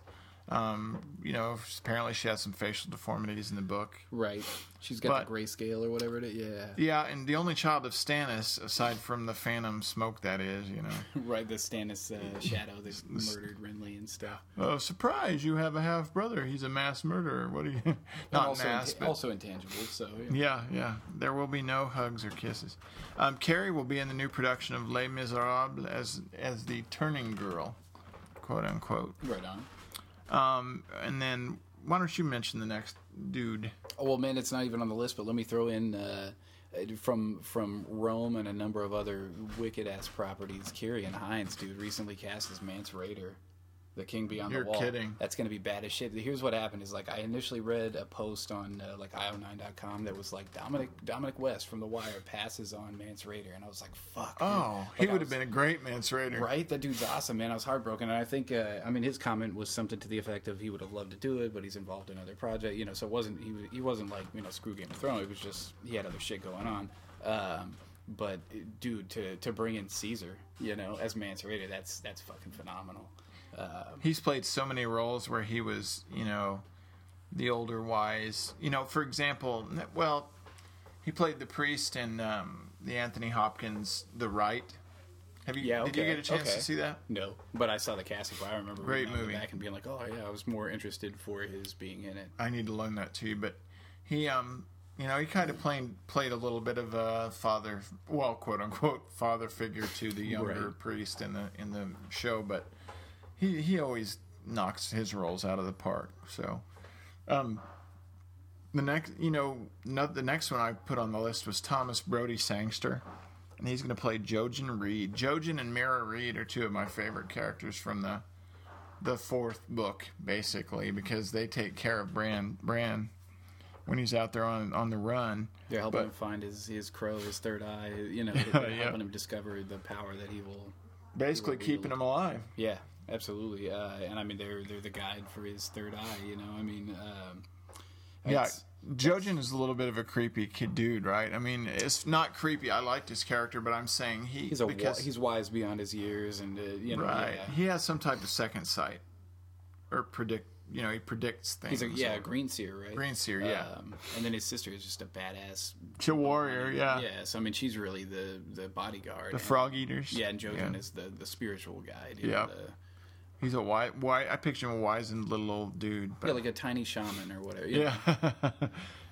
Speaker 1: um, you know apparently she has some facial deformities in the book
Speaker 2: Right. She's got
Speaker 1: But-
Speaker 2: the grayscale or whatever it is. Yeah.
Speaker 1: yeah and the only child of stannis aside from the phantom smoke that is you know
Speaker 2: Right. The Stannis uh, shadow that murdered Renly and stuff.
Speaker 1: Oh, surprise! You have a half brother. He's a mass murderer. What are you? Not
Speaker 2: also,
Speaker 1: mass,
Speaker 2: inta-
Speaker 1: but
Speaker 2: also intangible. So yeah.
Speaker 1: yeah, yeah. There will be no hugs or kisses. Um, Carrie will be in the new production of Les Miserables as as the turning girl, quote unquote.
Speaker 2: right on.
Speaker 1: Um, and then why don't you mention the next dude?
Speaker 2: Oh, well, man, it's not even on the list, but let me throw in uh, from from Rome and a number of other wicked ass properties. Kieran Hines, dude, recently cast as Mance Raider, the King Beyond
Speaker 1: You're
Speaker 2: the Wall.
Speaker 1: kidding.
Speaker 2: That's gonna be bad as shit. Here's what happened: is like I initially read a post on uh, like io9.com that was like Dominic Dominic West from The Wire passes on Mance Raider, and I was like, fuck. dude.
Speaker 1: Oh,
Speaker 2: Like,
Speaker 1: he
Speaker 2: I
Speaker 1: would have
Speaker 2: was-
Speaker 1: been a great man's raider.
Speaker 2: Right? That dude's awesome, man. I was heartbroken. And I think, uh, I mean, his comment was something to the effect of he would have loved to do it, but he's involved in other project, you know, so it wasn't, he, wa- he wasn't like, you know, screw Game of Thrones. It was just, he had other shit going on. Um, but dude, to, to bring in Caesar, you know, as Mance Raider, that's, that's fucking phenomenal. Um,
Speaker 1: He's played so many roles where he was, you know, the older wise. You know, for example, n- well, he played the priest in um, the Anthony Hopkins The Right. Have you?
Speaker 2: Yeah,
Speaker 1: Did you
Speaker 2: okay,
Speaker 1: get a chance
Speaker 2: okay.
Speaker 1: to see that?
Speaker 2: no, but I saw the casting, but I remember
Speaker 1: Great
Speaker 2: reading on the
Speaker 1: movie.
Speaker 2: back and being like, oh yeah, I was more interested for his being in it.
Speaker 1: I need to loan that to you, but he, um, you know, he kind of played played a little bit of a father, well, quote unquote, father figure to the younger
Speaker 2: Right.
Speaker 1: priest in the in the show, but he he always knocks his roles out of the park. So, um, the next, you know, no, the next one I put on the list was Thomas Brody Sangster. And he's going to play Jojen Reed. Jojen and Mira Reed are two of my favorite characters from the the fourth book, basically, because they take care of Bran Bran when he's out there on on the run.
Speaker 2: They're helping
Speaker 1: But-
Speaker 2: him find his, his crow, his third eye, you know,
Speaker 1: Yeah.
Speaker 2: helping him discover the power that he will
Speaker 1: Basically, keeping him alive.
Speaker 2: Yeah, absolutely. Uh, and I mean, they're they're the guide for his third eye. You know, I mean, um,
Speaker 1: Yeah,
Speaker 2: it's-
Speaker 1: Jojen is a little bit of a creepy kid, dude, right? I mean, it's not creepy. I liked his character, but I'm saying he
Speaker 2: he's a wi-
Speaker 1: because
Speaker 2: he's wise beyond his years, and uh, you know,
Speaker 1: right,
Speaker 2: yeah.
Speaker 1: he has some type of second sight or predict. You know, he predicts things.
Speaker 2: He's a yeah, a green seer, right?
Speaker 1: Green seer, yeah.
Speaker 2: Um, and then his sister is just a badass.
Speaker 1: He's a warrior, yeah.
Speaker 2: Yeah, so I mean, she's really the the bodyguard.
Speaker 1: Uh. The
Speaker 2: and-
Speaker 1: frog eaters.
Speaker 2: Yeah, and Jojen
Speaker 1: Yeah.
Speaker 2: is the the spiritual guide. you know,
Speaker 1: Yeah.
Speaker 2: the-
Speaker 1: He's a wise, wise. I picture him a wise and little old dude, but
Speaker 2: yeah, like a tiny shaman or whatever. you know.
Speaker 1: Yeah.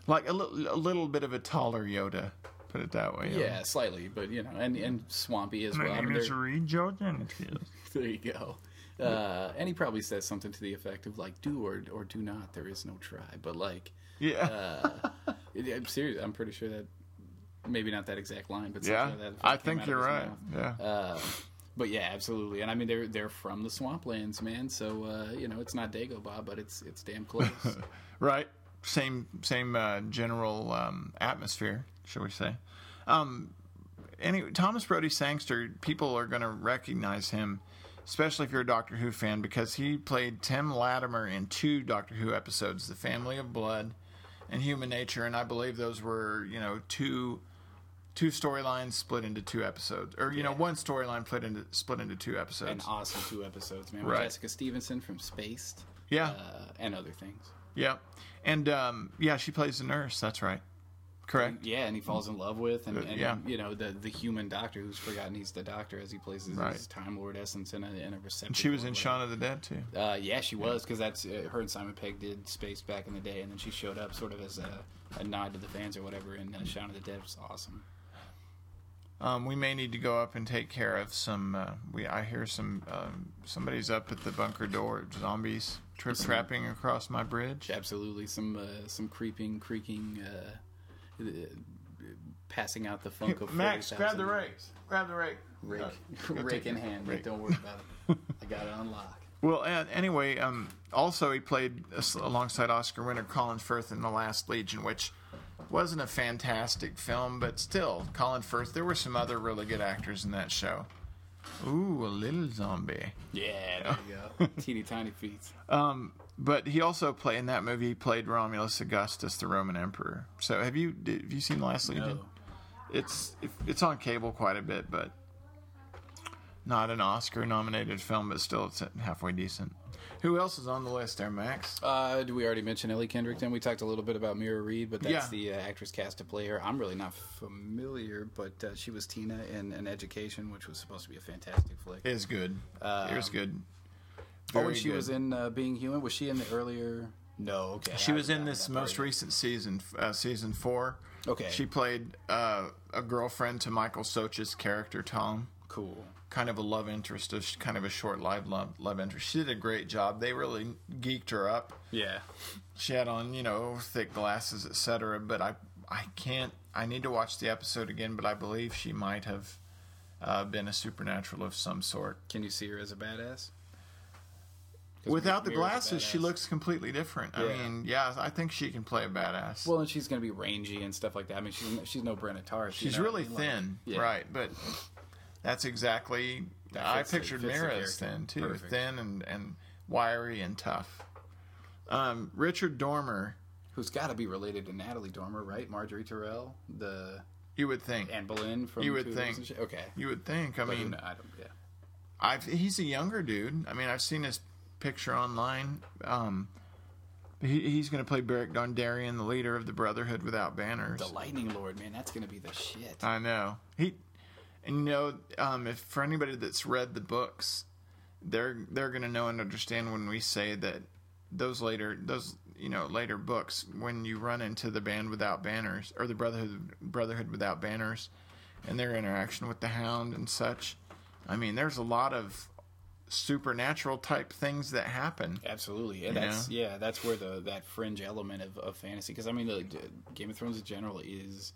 Speaker 1: like a, li- a little bit of a taller Yoda. put it that way.
Speaker 2: Yeah, slightly, but you know, and and swampy as
Speaker 3: My
Speaker 2: well. I mean,
Speaker 3: name is
Speaker 2: they're-
Speaker 3: Reed George Enfield.
Speaker 2: there you go. Uh, and he probably says something to the effect of like, "Do or or do not. There is no try." But like,
Speaker 1: Yeah.
Speaker 2: uh, it- I'm serious. I'm pretty sure that maybe not that exact line, but something
Speaker 1: yeah.
Speaker 2: to that effect
Speaker 1: I
Speaker 2: came out
Speaker 1: think
Speaker 2: of
Speaker 1: you're
Speaker 2: his
Speaker 1: right.
Speaker 2: mouth.
Speaker 1: Yeah.
Speaker 2: Uh, but yeah, absolutely. And I mean, they're they're from the swamplands, man. So uh, you know, it's not Dagobah, but it's it's damn close.
Speaker 1: Right. Same same uh, general um, atmosphere, shall we say? Um, anyway, Thomas Brody Sangster. People are going to recognize him, especially if you're a Doctor Who fan, because he played Tim Latimer in two Doctor Who episodes, The Family of Blood and Human Nature, and I believe those were you know two two storylines split into two episodes, or you know one storyline split into split into two episodes.
Speaker 2: An awesome two episodes, man. With
Speaker 1: Right.
Speaker 2: Jessica Stevenson from Spaced,
Speaker 1: yeah.
Speaker 2: uh, and other things.
Speaker 1: Yeah, and um, yeah, she plays the nurse. That's right. Correct.
Speaker 2: Yeah, and he falls in love with, and,
Speaker 1: Uh,
Speaker 2: and
Speaker 1: yeah.
Speaker 2: you know the the human doctor who's forgotten he's the doctor as he plays his,
Speaker 1: Right.
Speaker 2: his time lord essence in a in a receptacle.
Speaker 1: She was
Speaker 2: or
Speaker 1: in
Speaker 2: whatever.
Speaker 1: Shaun of the Dead too.
Speaker 2: Uh, yeah, she was because that's uh, her and Simon Pegg did Space back in the day, and then she showed up sort of as a, a nod to the fans or whatever in uh, Shaun of the Dead. It was awesome.
Speaker 1: Um, we may need to go up and take care of some. Uh, we I hear some um, somebody's up at the bunker door. Zombies trip trapping across my bridge.
Speaker 2: Absolutely, some uh, some creeping, creaking, uh, uh, passing out the funk of
Speaker 1: Max,
Speaker 2: 40,000.
Speaker 1: grab the rakes. Grab the rake.
Speaker 2: rake,
Speaker 1: Uh, go
Speaker 2: rake
Speaker 1: take
Speaker 2: in
Speaker 1: it.
Speaker 2: hand.
Speaker 1: Rake.
Speaker 2: Don't worry about it. I got it on lock.
Speaker 1: Well, and anyway, um, also he played as- alongside Oscar winner Colin Firth in The Last Legion, which wasn't a fantastic film, but still, Colin Firth. There were some other really good actors in that show. Ooh, a little zombie.
Speaker 2: Yeah, there you go. Teeny tiny feet.
Speaker 1: But he also played in that movie. He played Romulus Augustus, the Roman Emperor. So have you did, have you seen The Last Legion?
Speaker 2: No.
Speaker 1: It's it's on cable quite a bit, but not an Oscar-nominated film, but still it's halfway decent. Who else is on the list there, Max?
Speaker 2: Uh, do we already mention Ellie Kendrick? Then we talked a little bit about Mira Reed, but that's
Speaker 1: Yeah.
Speaker 2: the uh, actress cast to play her. I'm really not familiar, but uh, she was Tina in An Education, which was supposed to be a fantastic flick.
Speaker 1: Is good. it was good.
Speaker 2: oh,
Speaker 1: very
Speaker 2: and she was
Speaker 1: good.
Speaker 2: in uh, Being Human. Was she in the earlier? No, okay.
Speaker 1: She
Speaker 2: I
Speaker 1: was in
Speaker 2: forgot
Speaker 1: this
Speaker 2: about
Speaker 1: most
Speaker 2: her.
Speaker 1: recent season, uh, season four.
Speaker 2: Okay.
Speaker 1: She played uh, a girlfriend to Michael Soch's character Tom,
Speaker 2: Cool.
Speaker 1: kind of a love interest, of kind of a short-lived love, love interest. She did a great job. They really geeked her up.
Speaker 2: Yeah.
Speaker 1: She had on, you know, thick glasses, etc. But I, I can't. I need to watch the episode again. But I believe she might have uh, been a supernatural of some sort.
Speaker 2: Can you see her as a badass? 'Cause
Speaker 1: Without the
Speaker 2: Mira's a
Speaker 1: glasses, she
Speaker 2: badass.
Speaker 1: looks completely different. I
Speaker 2: Yeah.
Speaker 1: mean, yeah, I think she can play a badass.
Speaker 2: Well, and she's going to be rangy and stuff like that. I mean, she's she's no Brenna Tarth. you
Speaker 1: She's
Speaker 2: know what I
Speaker 1: really
Speaker 2: mean? Like,
Speaker 1: thin,
Speaker 2: yeah.
Speaker 1: right? But that's exactly.
Speaker 2: That
Speaker 1: I
Speaker 2: fits the-
Speaker 1: pictured
Speaker 2: fits the
Speaker 1: Mira as
Speaker 2: character.
Speaker 1: thin too,
Speaker 2: Perfect.
Speaker 1: thin and and wiry and tough. Um, Richard Dormer,
Speaker 2: Who's got to be related to Natalie Dormer, right? Marjorie Terrell, the
Speaker 1: you would think.
Speaker 2: Anne Boleyn from
Speaker 1: You would
Speaker 2: Two of Us
Speaker 1: think.
Speaker 2: and shit? Okay. Mm.
Speaker 1: You would think. I
Speaker 2: But who
Speaker 1: mean,
Speaker 2: kn- I don't. Yeah.
Speaker 1: I've he's a younger dude. I mean, I've seen his picture online. Um, he, he's going to play Beric Dondarrion, the leader of the Brotherhood without banners.
Speaker 2: The Lightning Lord, man, that's gonna be the shit.
Speaker 1: I know. He and you know, um, if for anybody that's read the books, they're they're gonna know and understand when we say that those later those you know later books when you run into the band without banners or the brotherhood brotherhood without banners and their interaction with the hound and such i mean there's a lot of supernatural type things that happen
Speaker 2: Absolutely, and
Speaker 1: You
Speaker 2: that's yeah, that's where the that fringe element of, of fantasy. Because I mean, the, the Game of Thrones in general is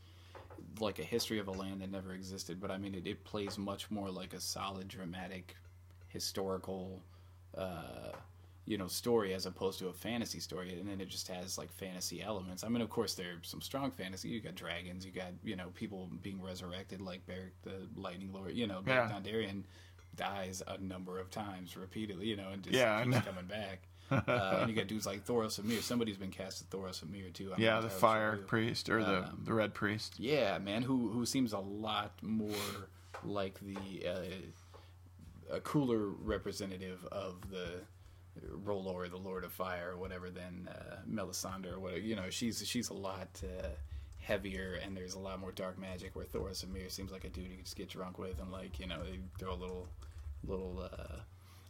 Speaker 2: like a history of a land that never existed, but I mean, it, it plays much more like a solid, dramatic, historical, uh, you know, story as opposed to a fantasy story. And then it just has like fantasy elements. I mean, of course, there are some strong fantasy. You got dragons, you got you know people being resurrected, like Beric the Lightning Lord. You know, Beric
Speaker 1: Yeah.
Speaker 2: Dondarrion dies a number of times repeatedly. You know, and just
Speaker 1: Yeah, I
Speaker 2: keeps
Speaker 1: know.
Speaker 2: coming back. Uh, and you got dudes like Thoros Amir. Somebody's been cast as Thoros Amir too. I'm
Speaker 1: yeah
Speaker 2: not
Speaker 1: the
Speaker 2: entirely
Speaker 1: fire
Speaker 2: sure who.
Speaker 1: priest or the the red priest
Speaker 2: Yeah, man, who who seems a lot more like the uh, a cooler representative of the Rolor, the Lord of Fire, or whatever, than uh, Melisandre or whatever. You know, she's she's a lot uh, heavier, and there's a lot more dark magic. Where Thoros Amir seems like a dude you can just get drunk with, and like you know, they throw a little little uh,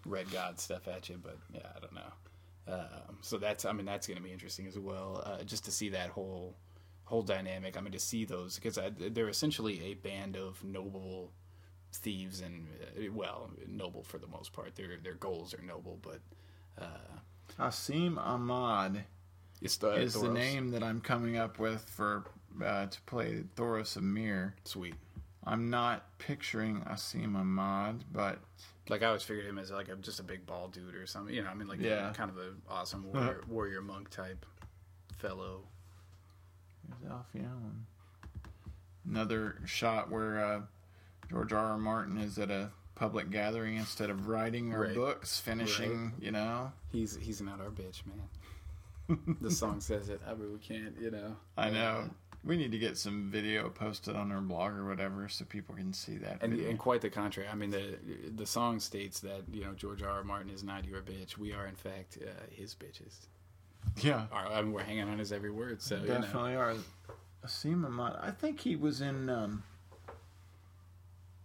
Speaker 2: red god stuff at you. But yeah, I don't know. Um, so that's I mean that's going to be interesting as well, uh, just to see that whole whole dynamic. I mean, to see those because I, they're essentially a band of noble thieves and uh, well, noble for the most part. Their their goals are noble, but uh,
Speaker 1: Asim Ahmad
Speaker 2: it's the,
Speaker 1: is the
Speaker 2: Thoros.
Speaker 1: name that I'm coming up with for uh, to play Thoros Amir.
Speaker 2: Sweet.
Speaker 1: I'm not picturing Asim Ahmad, but
Speaker 2: Like I always figured him as like a, just a big ball dude or something. You know, I mean, like
Speaker 1: Yeah.
Speaker 2: kind of an awesome warrior, warrior monk type fellow.
Speaker 1: Here's Alfie Allen. Another shot where uh, George R. R. Martin is at a public gathering instead of writing or
Speaker 2: Right.
Speaker 1: books, finishing, you know.
Speaker 2: He's he's not our bitch, man. the song says it. I mean, we can't, you know.
Speaker 1: I know. We need to get some video posted on our blog or whatever so people can see that.
Speaker 2: And,
Speaker 1: video.
Speaker 2: and quite the contrary. I mean, the the song states that you know George R. R. Martin is not your bitch. We are, in fact, uh, his bitches.
Speaker 1: yeah,
Speaker 2: Or, I mean, we're hanging on his every word. So you know,
Speaker 1: definitely are. Asim Ahmad, I think he was in. Um,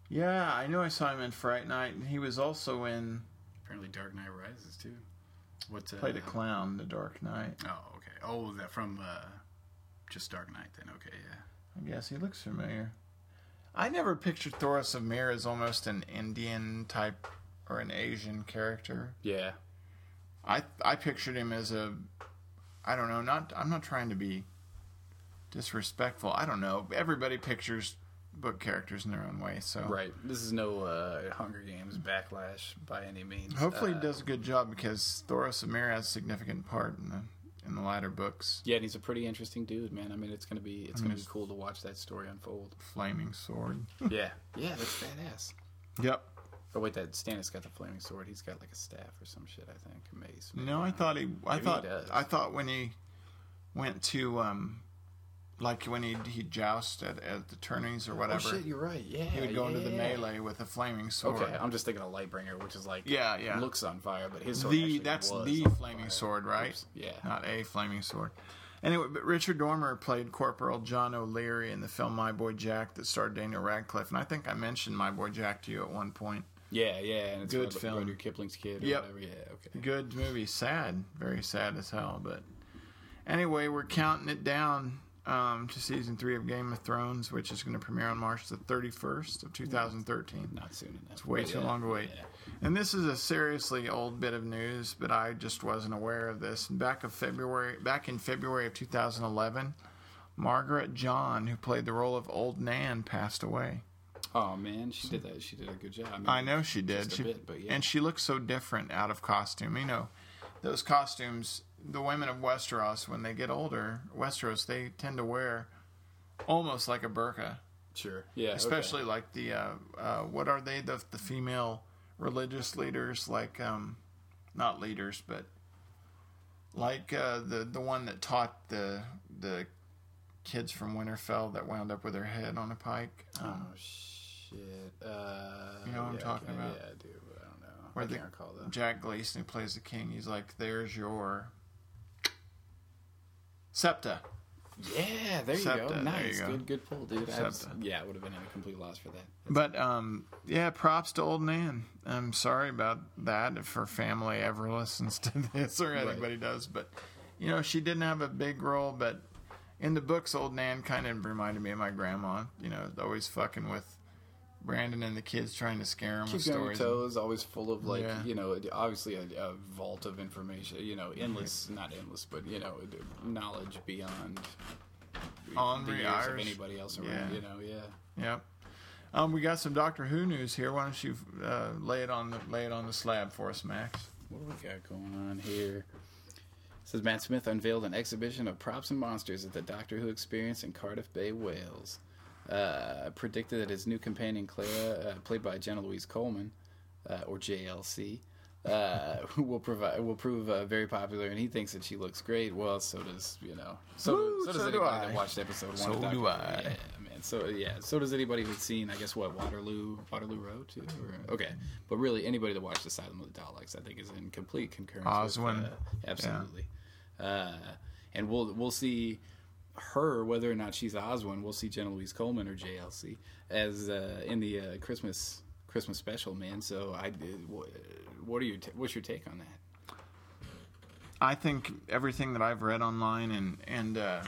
Speaker 1: yeah, I know I saw him in Fright Night, and he was also in
Speaker 2: apparently, Dark Knight Rises too. What's uh,
Speaker 1: played a clown, The Dark Knight.
Speaker 2: Oh, okay. Oh, that from uh, just Dark Knight. Then okay, yeah.
Speaker 1: I guess he looks familiar. I never pictured Thoros of Mir as almost an Indian type or an Asian character.
Speaker 2: Yeah.
Speaker 1: I I pictured him as a I don't know, not I'm not trying to be disrespectful. I don't know. Everybody pictures book characters in their own way, so
Speaker 2: Right. This is no uh, Hunger Games backlash by any means.
Speaker 1: hopefully
Speaker 2: Uh,
Speaker 1: he does a good job because Thoros of Mir has a significant part in the in the latter books.
Speaker 2: Yeah, and he's a pretty interesting dude, man. I mean, it's gonna be it's gonna be
Speaker 1: just-
Speaker 2: cool to watch that story unfold.
Speaker 1: Flaming sword.
Speaker 2: yeah. Yeah, that's badass.
Speaker 1: yep.
Speaker 2: Oh wait, that Stannis got the flaming sword. He's got like a staff or some shit, I think. A mace.
Speaker 1: No, I thought he. I
Speaker 2: Maybe he
Speaker 1: thought.
Speaker 2: does.
Speaker 1: I thought when he went to, um, like when he he jousted at, at the tourneys or
Speaker 2: Oh
Speaker 1: whatever,
Speaker 2: shit, you're right. Yeah.
Speaker 1: he would go into the
Speaker 2: yeah.
Speaker 1: melee with a flaming sword.
Speaker 2: Okay, I'm just thinking of Lightbringer, which is like
Speaker 1: Yeah, yeah.
Speaker 2: looks on fire, but his sword
Speaker 1: the
Speaker 2: actually
Speaker 1: that's
Speaker 2: was
Speaker 1: the
Speaker 2: on
Speaker 1: flaming
Speaker 2: fire.
Speaker 1: sword, right?
Speaker 2: Oops, Yeah.
Speaker 1: Not a flaming sword. Anyway, but Richard Dormer played Corporal John O'Leary in the film My Boy Jack that starred Daniel Radcliffe, and I think I mentioned My Boy Jack to you at one point.
Speaker 2: Yeah, yeah, and it's
Speaker 1: Good
Speaker 2: Rod-
Speaker 1: film.
Speaker 2: Rudyard Kipling's kid or
Speaker 1: Yep.
Speaker 2: whatever. Yeah, okay.
Speaker 1: Good movie, sad, very sad as hell. But anyway, we're counting it down um, to season three of Game of Thrones, which is going to premiere on March the 31st of 2013.
Speaker 2: Not soon enough. It's
Speaker 1: Way too long to wait.
Speaker 2: Yeah.
Speaker 1: And this is a seriously old bit of news, but I just wasn't aware of this. Back of February, back in February of 2011, Margaret John, who played the role of Old Nan, passed away.
Speaker 2: Oh man, she did that. She did a good job. mean,
Speaker 1: I know she did.
Speaker 2: just a
Speaker 1: she,
Speaker 2: bit, but yeah.
Speaker 1: And she looked so different out of costume. You know, those costumes, the women of Westeros, when they get older, Westeros, they tend to wear almost like a burqa,
Speaker 2: Sure. Yeah. okay.
Speaker 1: especially like the, uh, uh, what are they, the, the female religious leaders, like, um, not leaders, but like uh, the, the one that taught the, the kids from Winterfell that wound up with her head on a pike.
Speaker 2: Oh
Speaker 1: Um,
Speaker 2: shit. Uh,
Speaker 1: You know what I'm
Speaker 2: yeah, I
Speaker 1: talking
Speaker 2: can't-
Speaker 1: about.
Speaker 2: Yeah, I do. but I don't know.
Speaker 1: Where
Speaker 2: I
Speaker 1: the-
Speaker 2: can't recall that.
Speaker 1: Uh, Jack Gleason, who plays the king, he's like, "There's your septa."
Speaker 2: Yeah, there you
Speaker 1: Septa,
Speaker 2: go.
Speaker 1: uh, there you
Speaker 2: Nice.
Speaker 1: go. uh,
Speaker 2: Good, good pull, dude. I was-
Speaker 1: Septa.
Speaker 2: yeah, I would have been at a complete loss for that.
Speaker 1: But um, yeah, props to old Nan. I'm sorry about that if her family ever listens to this or anybody does. But you know, she didn't have a big role, but in the books, old Nan kind of reminded me of my grandma. You know, always fucking with Brandon and the kids, trying to scare them with
Speaker 2: Keeps you on your
Speaker 1: stories.
Speaker 2: toes, always full of like
Speaker 1: Yeah. Mm-hmm.
Speaker 2: you know, obviously a, a vault of information. You know, endless, not endless, but you know, knowledge beyond the
Speaker 1: Henri
Speaker 2: years of
Speaker 1: Irish.
Speaker 2: anybody else around.
Speaker 1: Yeah.
Speaker 2: You know, yeah.
Speaker 1: Yep. Um, we got some Doctor Who news here. Why don't you uh, lay it on the lay it on the slab for us, Max?
Speaker 2: What do we got going on here? Says Matt Smith unveiled an exhibition of props and monsters at the Doctor Who Experience in Cardiff Bay, Wales. Uh, predicted that his new companion Clara, uh, played by Jenna Louise Coleman, uh, or JLC, uh, who will provide will prove uh, very popular, and he thinks that she looks great. Well, so does you know, so,
Speaker 1: Woo,
Speaker 2: so does
Speaker 1: so do
Speaker 2: anybody
Speaker 1: I.
Speaker 2: that watched episode one.
Speaker 1: So
Speaker 2: of Doctor
Speaker 1: do
Speaker 2: Who.
Speaker 1: I.
Speaker 2: Yeah, man. So yeah, so does anybody who's seen, I guess, what Waterloo, Waterloo Road, too. Or, okay, but really, anybody that watched the Asylum of the Daleks, I think, is in complete concurrence.
Speaker 1: Oswin.
Speaker 2: With, uh, absolutely. Uh, and we'll we'll see her whether or not she's Oswin. We'll see Jenna Louise Coleman or JLC as uh, in the uh, Christmas Christmas special, man. So I did. What, what are your ta- what's your take on that?
Speaker 1: I think everything that I've read online and and uh,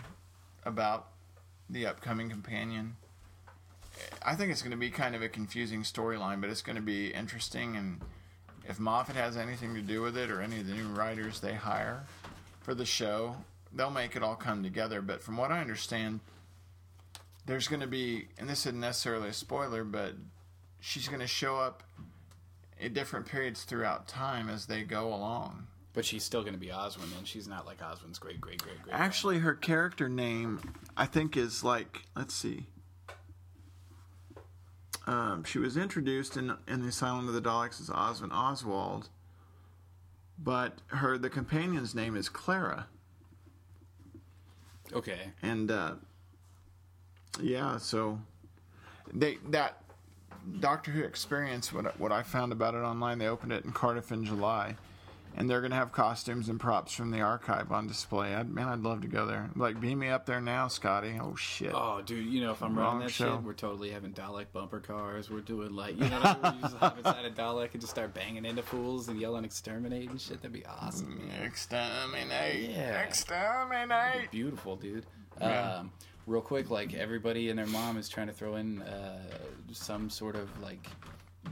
Speaker 1: about the upcoming companion. I think it's going to be kind of a confusing storyline, but it's going to be interesting. And if Moffat has anything to do with it or any of the new writers they hire for the show, they'll make it all come together. But from what I understand, there's going to be, and this isn't necessarily a spoiler, but she's going to show up at different periods throughout time as they go along.
Speaker 2: But she's still going to be Oswin, and she's not like Oswin's great, great, great, great.
Speaker 1: Actually, her character name, I think, is like, let's see. Um, she was introduced in, in the Asylum of the Daleks as Oswin Oswald, but her the companion's name is Clara,
Speaker 2: grandma. okay.
Speaker 1: and uh, yeah, so they that Doctor Who experience what I- what I found about it online. They opened it in Cardiff in July, and they're gonna have costumes and props from the archive on display. I'd, man, I'd love to go there. Like, beam me up there now, Scotty. Oh shit.
Speaker 2: Oh, dude, you know if I'm
Speaker 1: Wrong
Speaker 2: running that
Speaker 1: show.
Speaker 2: shit, we're totally having Dalek bumper cars. We're doing like, you know, what I mean? we just hop inside a Dalek and just start banging into fools and yelling exterminate and shit. That'd be awesome.
Speaker 1: Exterminate!
Speaker 2: Yeah.
Speaker 1: Exterminate!
Speaker 2: beautiful, dude.
Speaker 1: Yeah.
Speaker 2: Um, real quick, like everybody and their mom is trying to throw in uh, some sort of like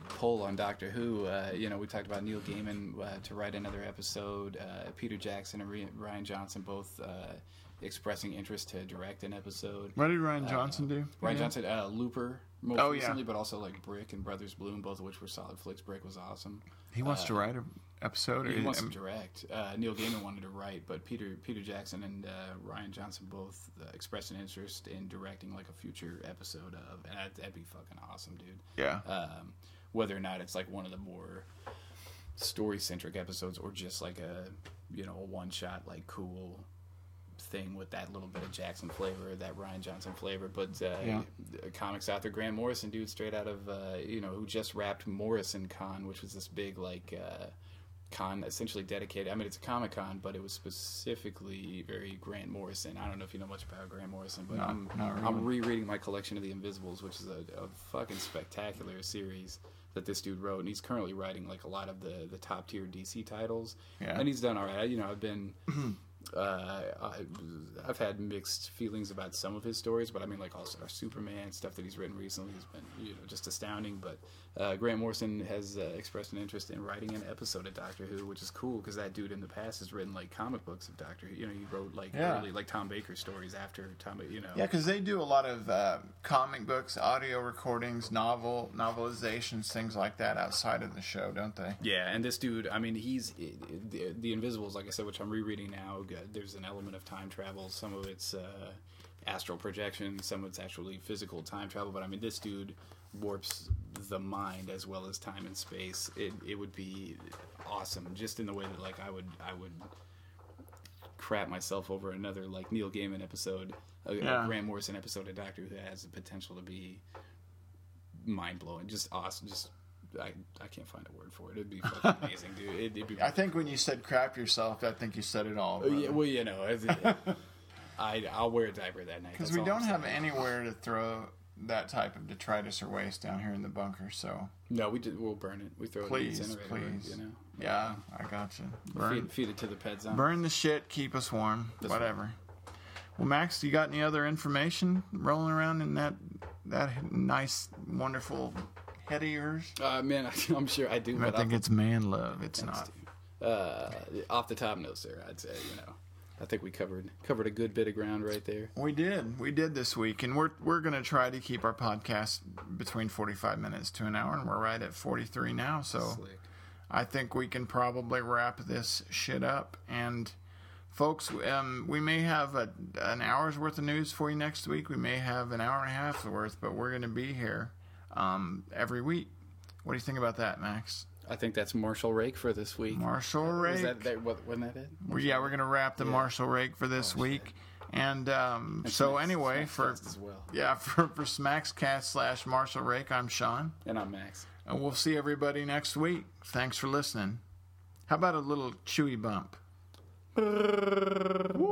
Speaker 2: poll on Doctor Who. Uh, you know, we talked about Neil Gaiman uh, to write another episode. Uh, Peter Jackson and Re- Ryan Johnson both uh, expressing interest to direct an episode.
Speaker 1: What did Ryan Johnson do?
Speaker 2: Ryan Johnson, uh, Looper, most
Speaker 1: Oh, yeah.
Speaker 2: recently, but also like Brick and Brothers Bloom, both of which were solid flicks. Brick was awesome.
Speaker 1: He wants to write an episode.
Speaker 2: uh, He
Speaker 1: or- um,
Speaker 2: wants to direct. Uh, Neil Gaiman wanted to write, but Peter Peter Jackson and uh, Ryan Johnson both uh, expressed an interest in directing like a future episode of, and that'd, that'd be fucking awesome, dude.
Speaker 1: yeah.
Speaker 2: Um, whether or not it's like one of the more story centric episodes, or just like a you know a one shot like cool thing with that little bit of Jackson flavor, that Ryan Johnson flavor. But uh,
Speaker 1: Yeah.
Speaker 2: the comics author Grant Morrison, dude, straight out of uh, you know who just wrapped Morrison Con, which was this big like. Uh, Con essentially dedicated. I mean, it's a Comic Con, but it was specifically very Grant Morrison. I don't know if you know much about Grant Morrison, but I'm
Speaker 1: not really.
Speaker 2: I'm rereading my collection of The Invisibles, which is a, a fucking spectacular series that this dude wrote, and he's currently writing like a lot of the the top tier DC titles,
Speaker 1: Yeah.
Speaker 2: and he's done all right. I- You know, I've been uh, I, I've had mixed feelings about some of his stories, but I mean, like All Star Superman stuff that he's written recently has been you know just astounding. But uh, Grant Morrison has uh, expressed an interest in writing an episode of Doctor Who, which is cool because that dude in the past has written like comic books of Doctor Who. You know, he wrote like
Speaker 1: Yeah.
Speaker 2: early like Tom Baker stories after Tom. You know,
Speaker 1: Yeah, because they do a lot of uh, comic books, audio recordings, novel novelizations, things like that outside of the show, don't they?
Speaker 2: Yeah, and this dude, I mean, he's the, the Invisibles, like I said, which I'm rereading now. g- There's an element of time travel. Some of it's uh, astral projection, some of it's actually physical time travel. But I mean, this dude warps the mind as well as time and space. It, it would be awesome, just in the way that like I would I would crap myself over another like Neil Gaiman episode, a,
Speaker 1: Yeah.
Speaker 2: a Grant Morrison episode of Doctor Who that has the potential to be mind blowing, just awesome, just. I, I can't find a word for it. It'd be fucking amazing, dude. It, it'd be.
Speaker 1: I think when you said crap yourself, I think you said it all.
Speaker 2: Uh, yeah, well, you know, I, I I'll wear a diaper that night.
Speaker 1: Because
Speaker 2: that's
Speaker 1: we
Speaker 2: all
Speaker 1: don't have
Speaker 2: I'm saying.
Speaker 1: anywhere to throw that type of detritus or waste down here in the bunker, so
Speaker 2: No, we did. We'll burn it. We throw
Speaker 1: Please,
Speaker 2: it in the incinerator.
Speaker 1: please.
Speaker 2: You know,
Speaker 1: yeah, I gotcha. Burn,
Speaker 2: feed, feed it to the pet zombie.
Speaker 1: burn the shit, keep us warm, whatever. Well, Max, you got any other information rolling around in that that nice, wonderful head of yours?
Speaker 2: Uh, man, I, I'm sure I do.
Speaker 1: I
Speaker 2: But
Speaker 1: think it's man love. It's not.
Speaker 2: off, uh, off the top, no, sir. I'd say you know. I think we covered covered a good bit of ground right there.
Speaker 1: We did. We did this week, and we're we're gonna try to keep our podcast between forty five minutes to an hour, and we're right at forty three now. So
Speaker 2: Slick.
Speaker 1: I think we can probably wrap this shit up. And folks, um, we may have a, an hour's worth of news for you next week. We may have an hour and a half worth, but we're gonna be here um, every week. What do you think about that, Max?
Speaker 2: I think that's Marshall Rake for this week.
Speaker 1: Marshall Rake.
Speaker 2: Is that, that what, wasn't that it?
Speaker 1: Well, yeah, we're gonna wrap the Marshall Rake for
Speaker 2: Oh,
Speaker 1: this week. And um, so
Speaker 2: Smack-
Speaker 1: anyway,
Speaker 2: Smackfest
Speaker 1: for
Speaker 2: as well.
Speaker 1: yeah, for, for Smackscast slash Marshall Rake, I'm Sean.
Speaker 2: And I'm Max.
Speaker 1: And we'll see everybody next week. Thanks for listening. How about a little chewy bump? Woo!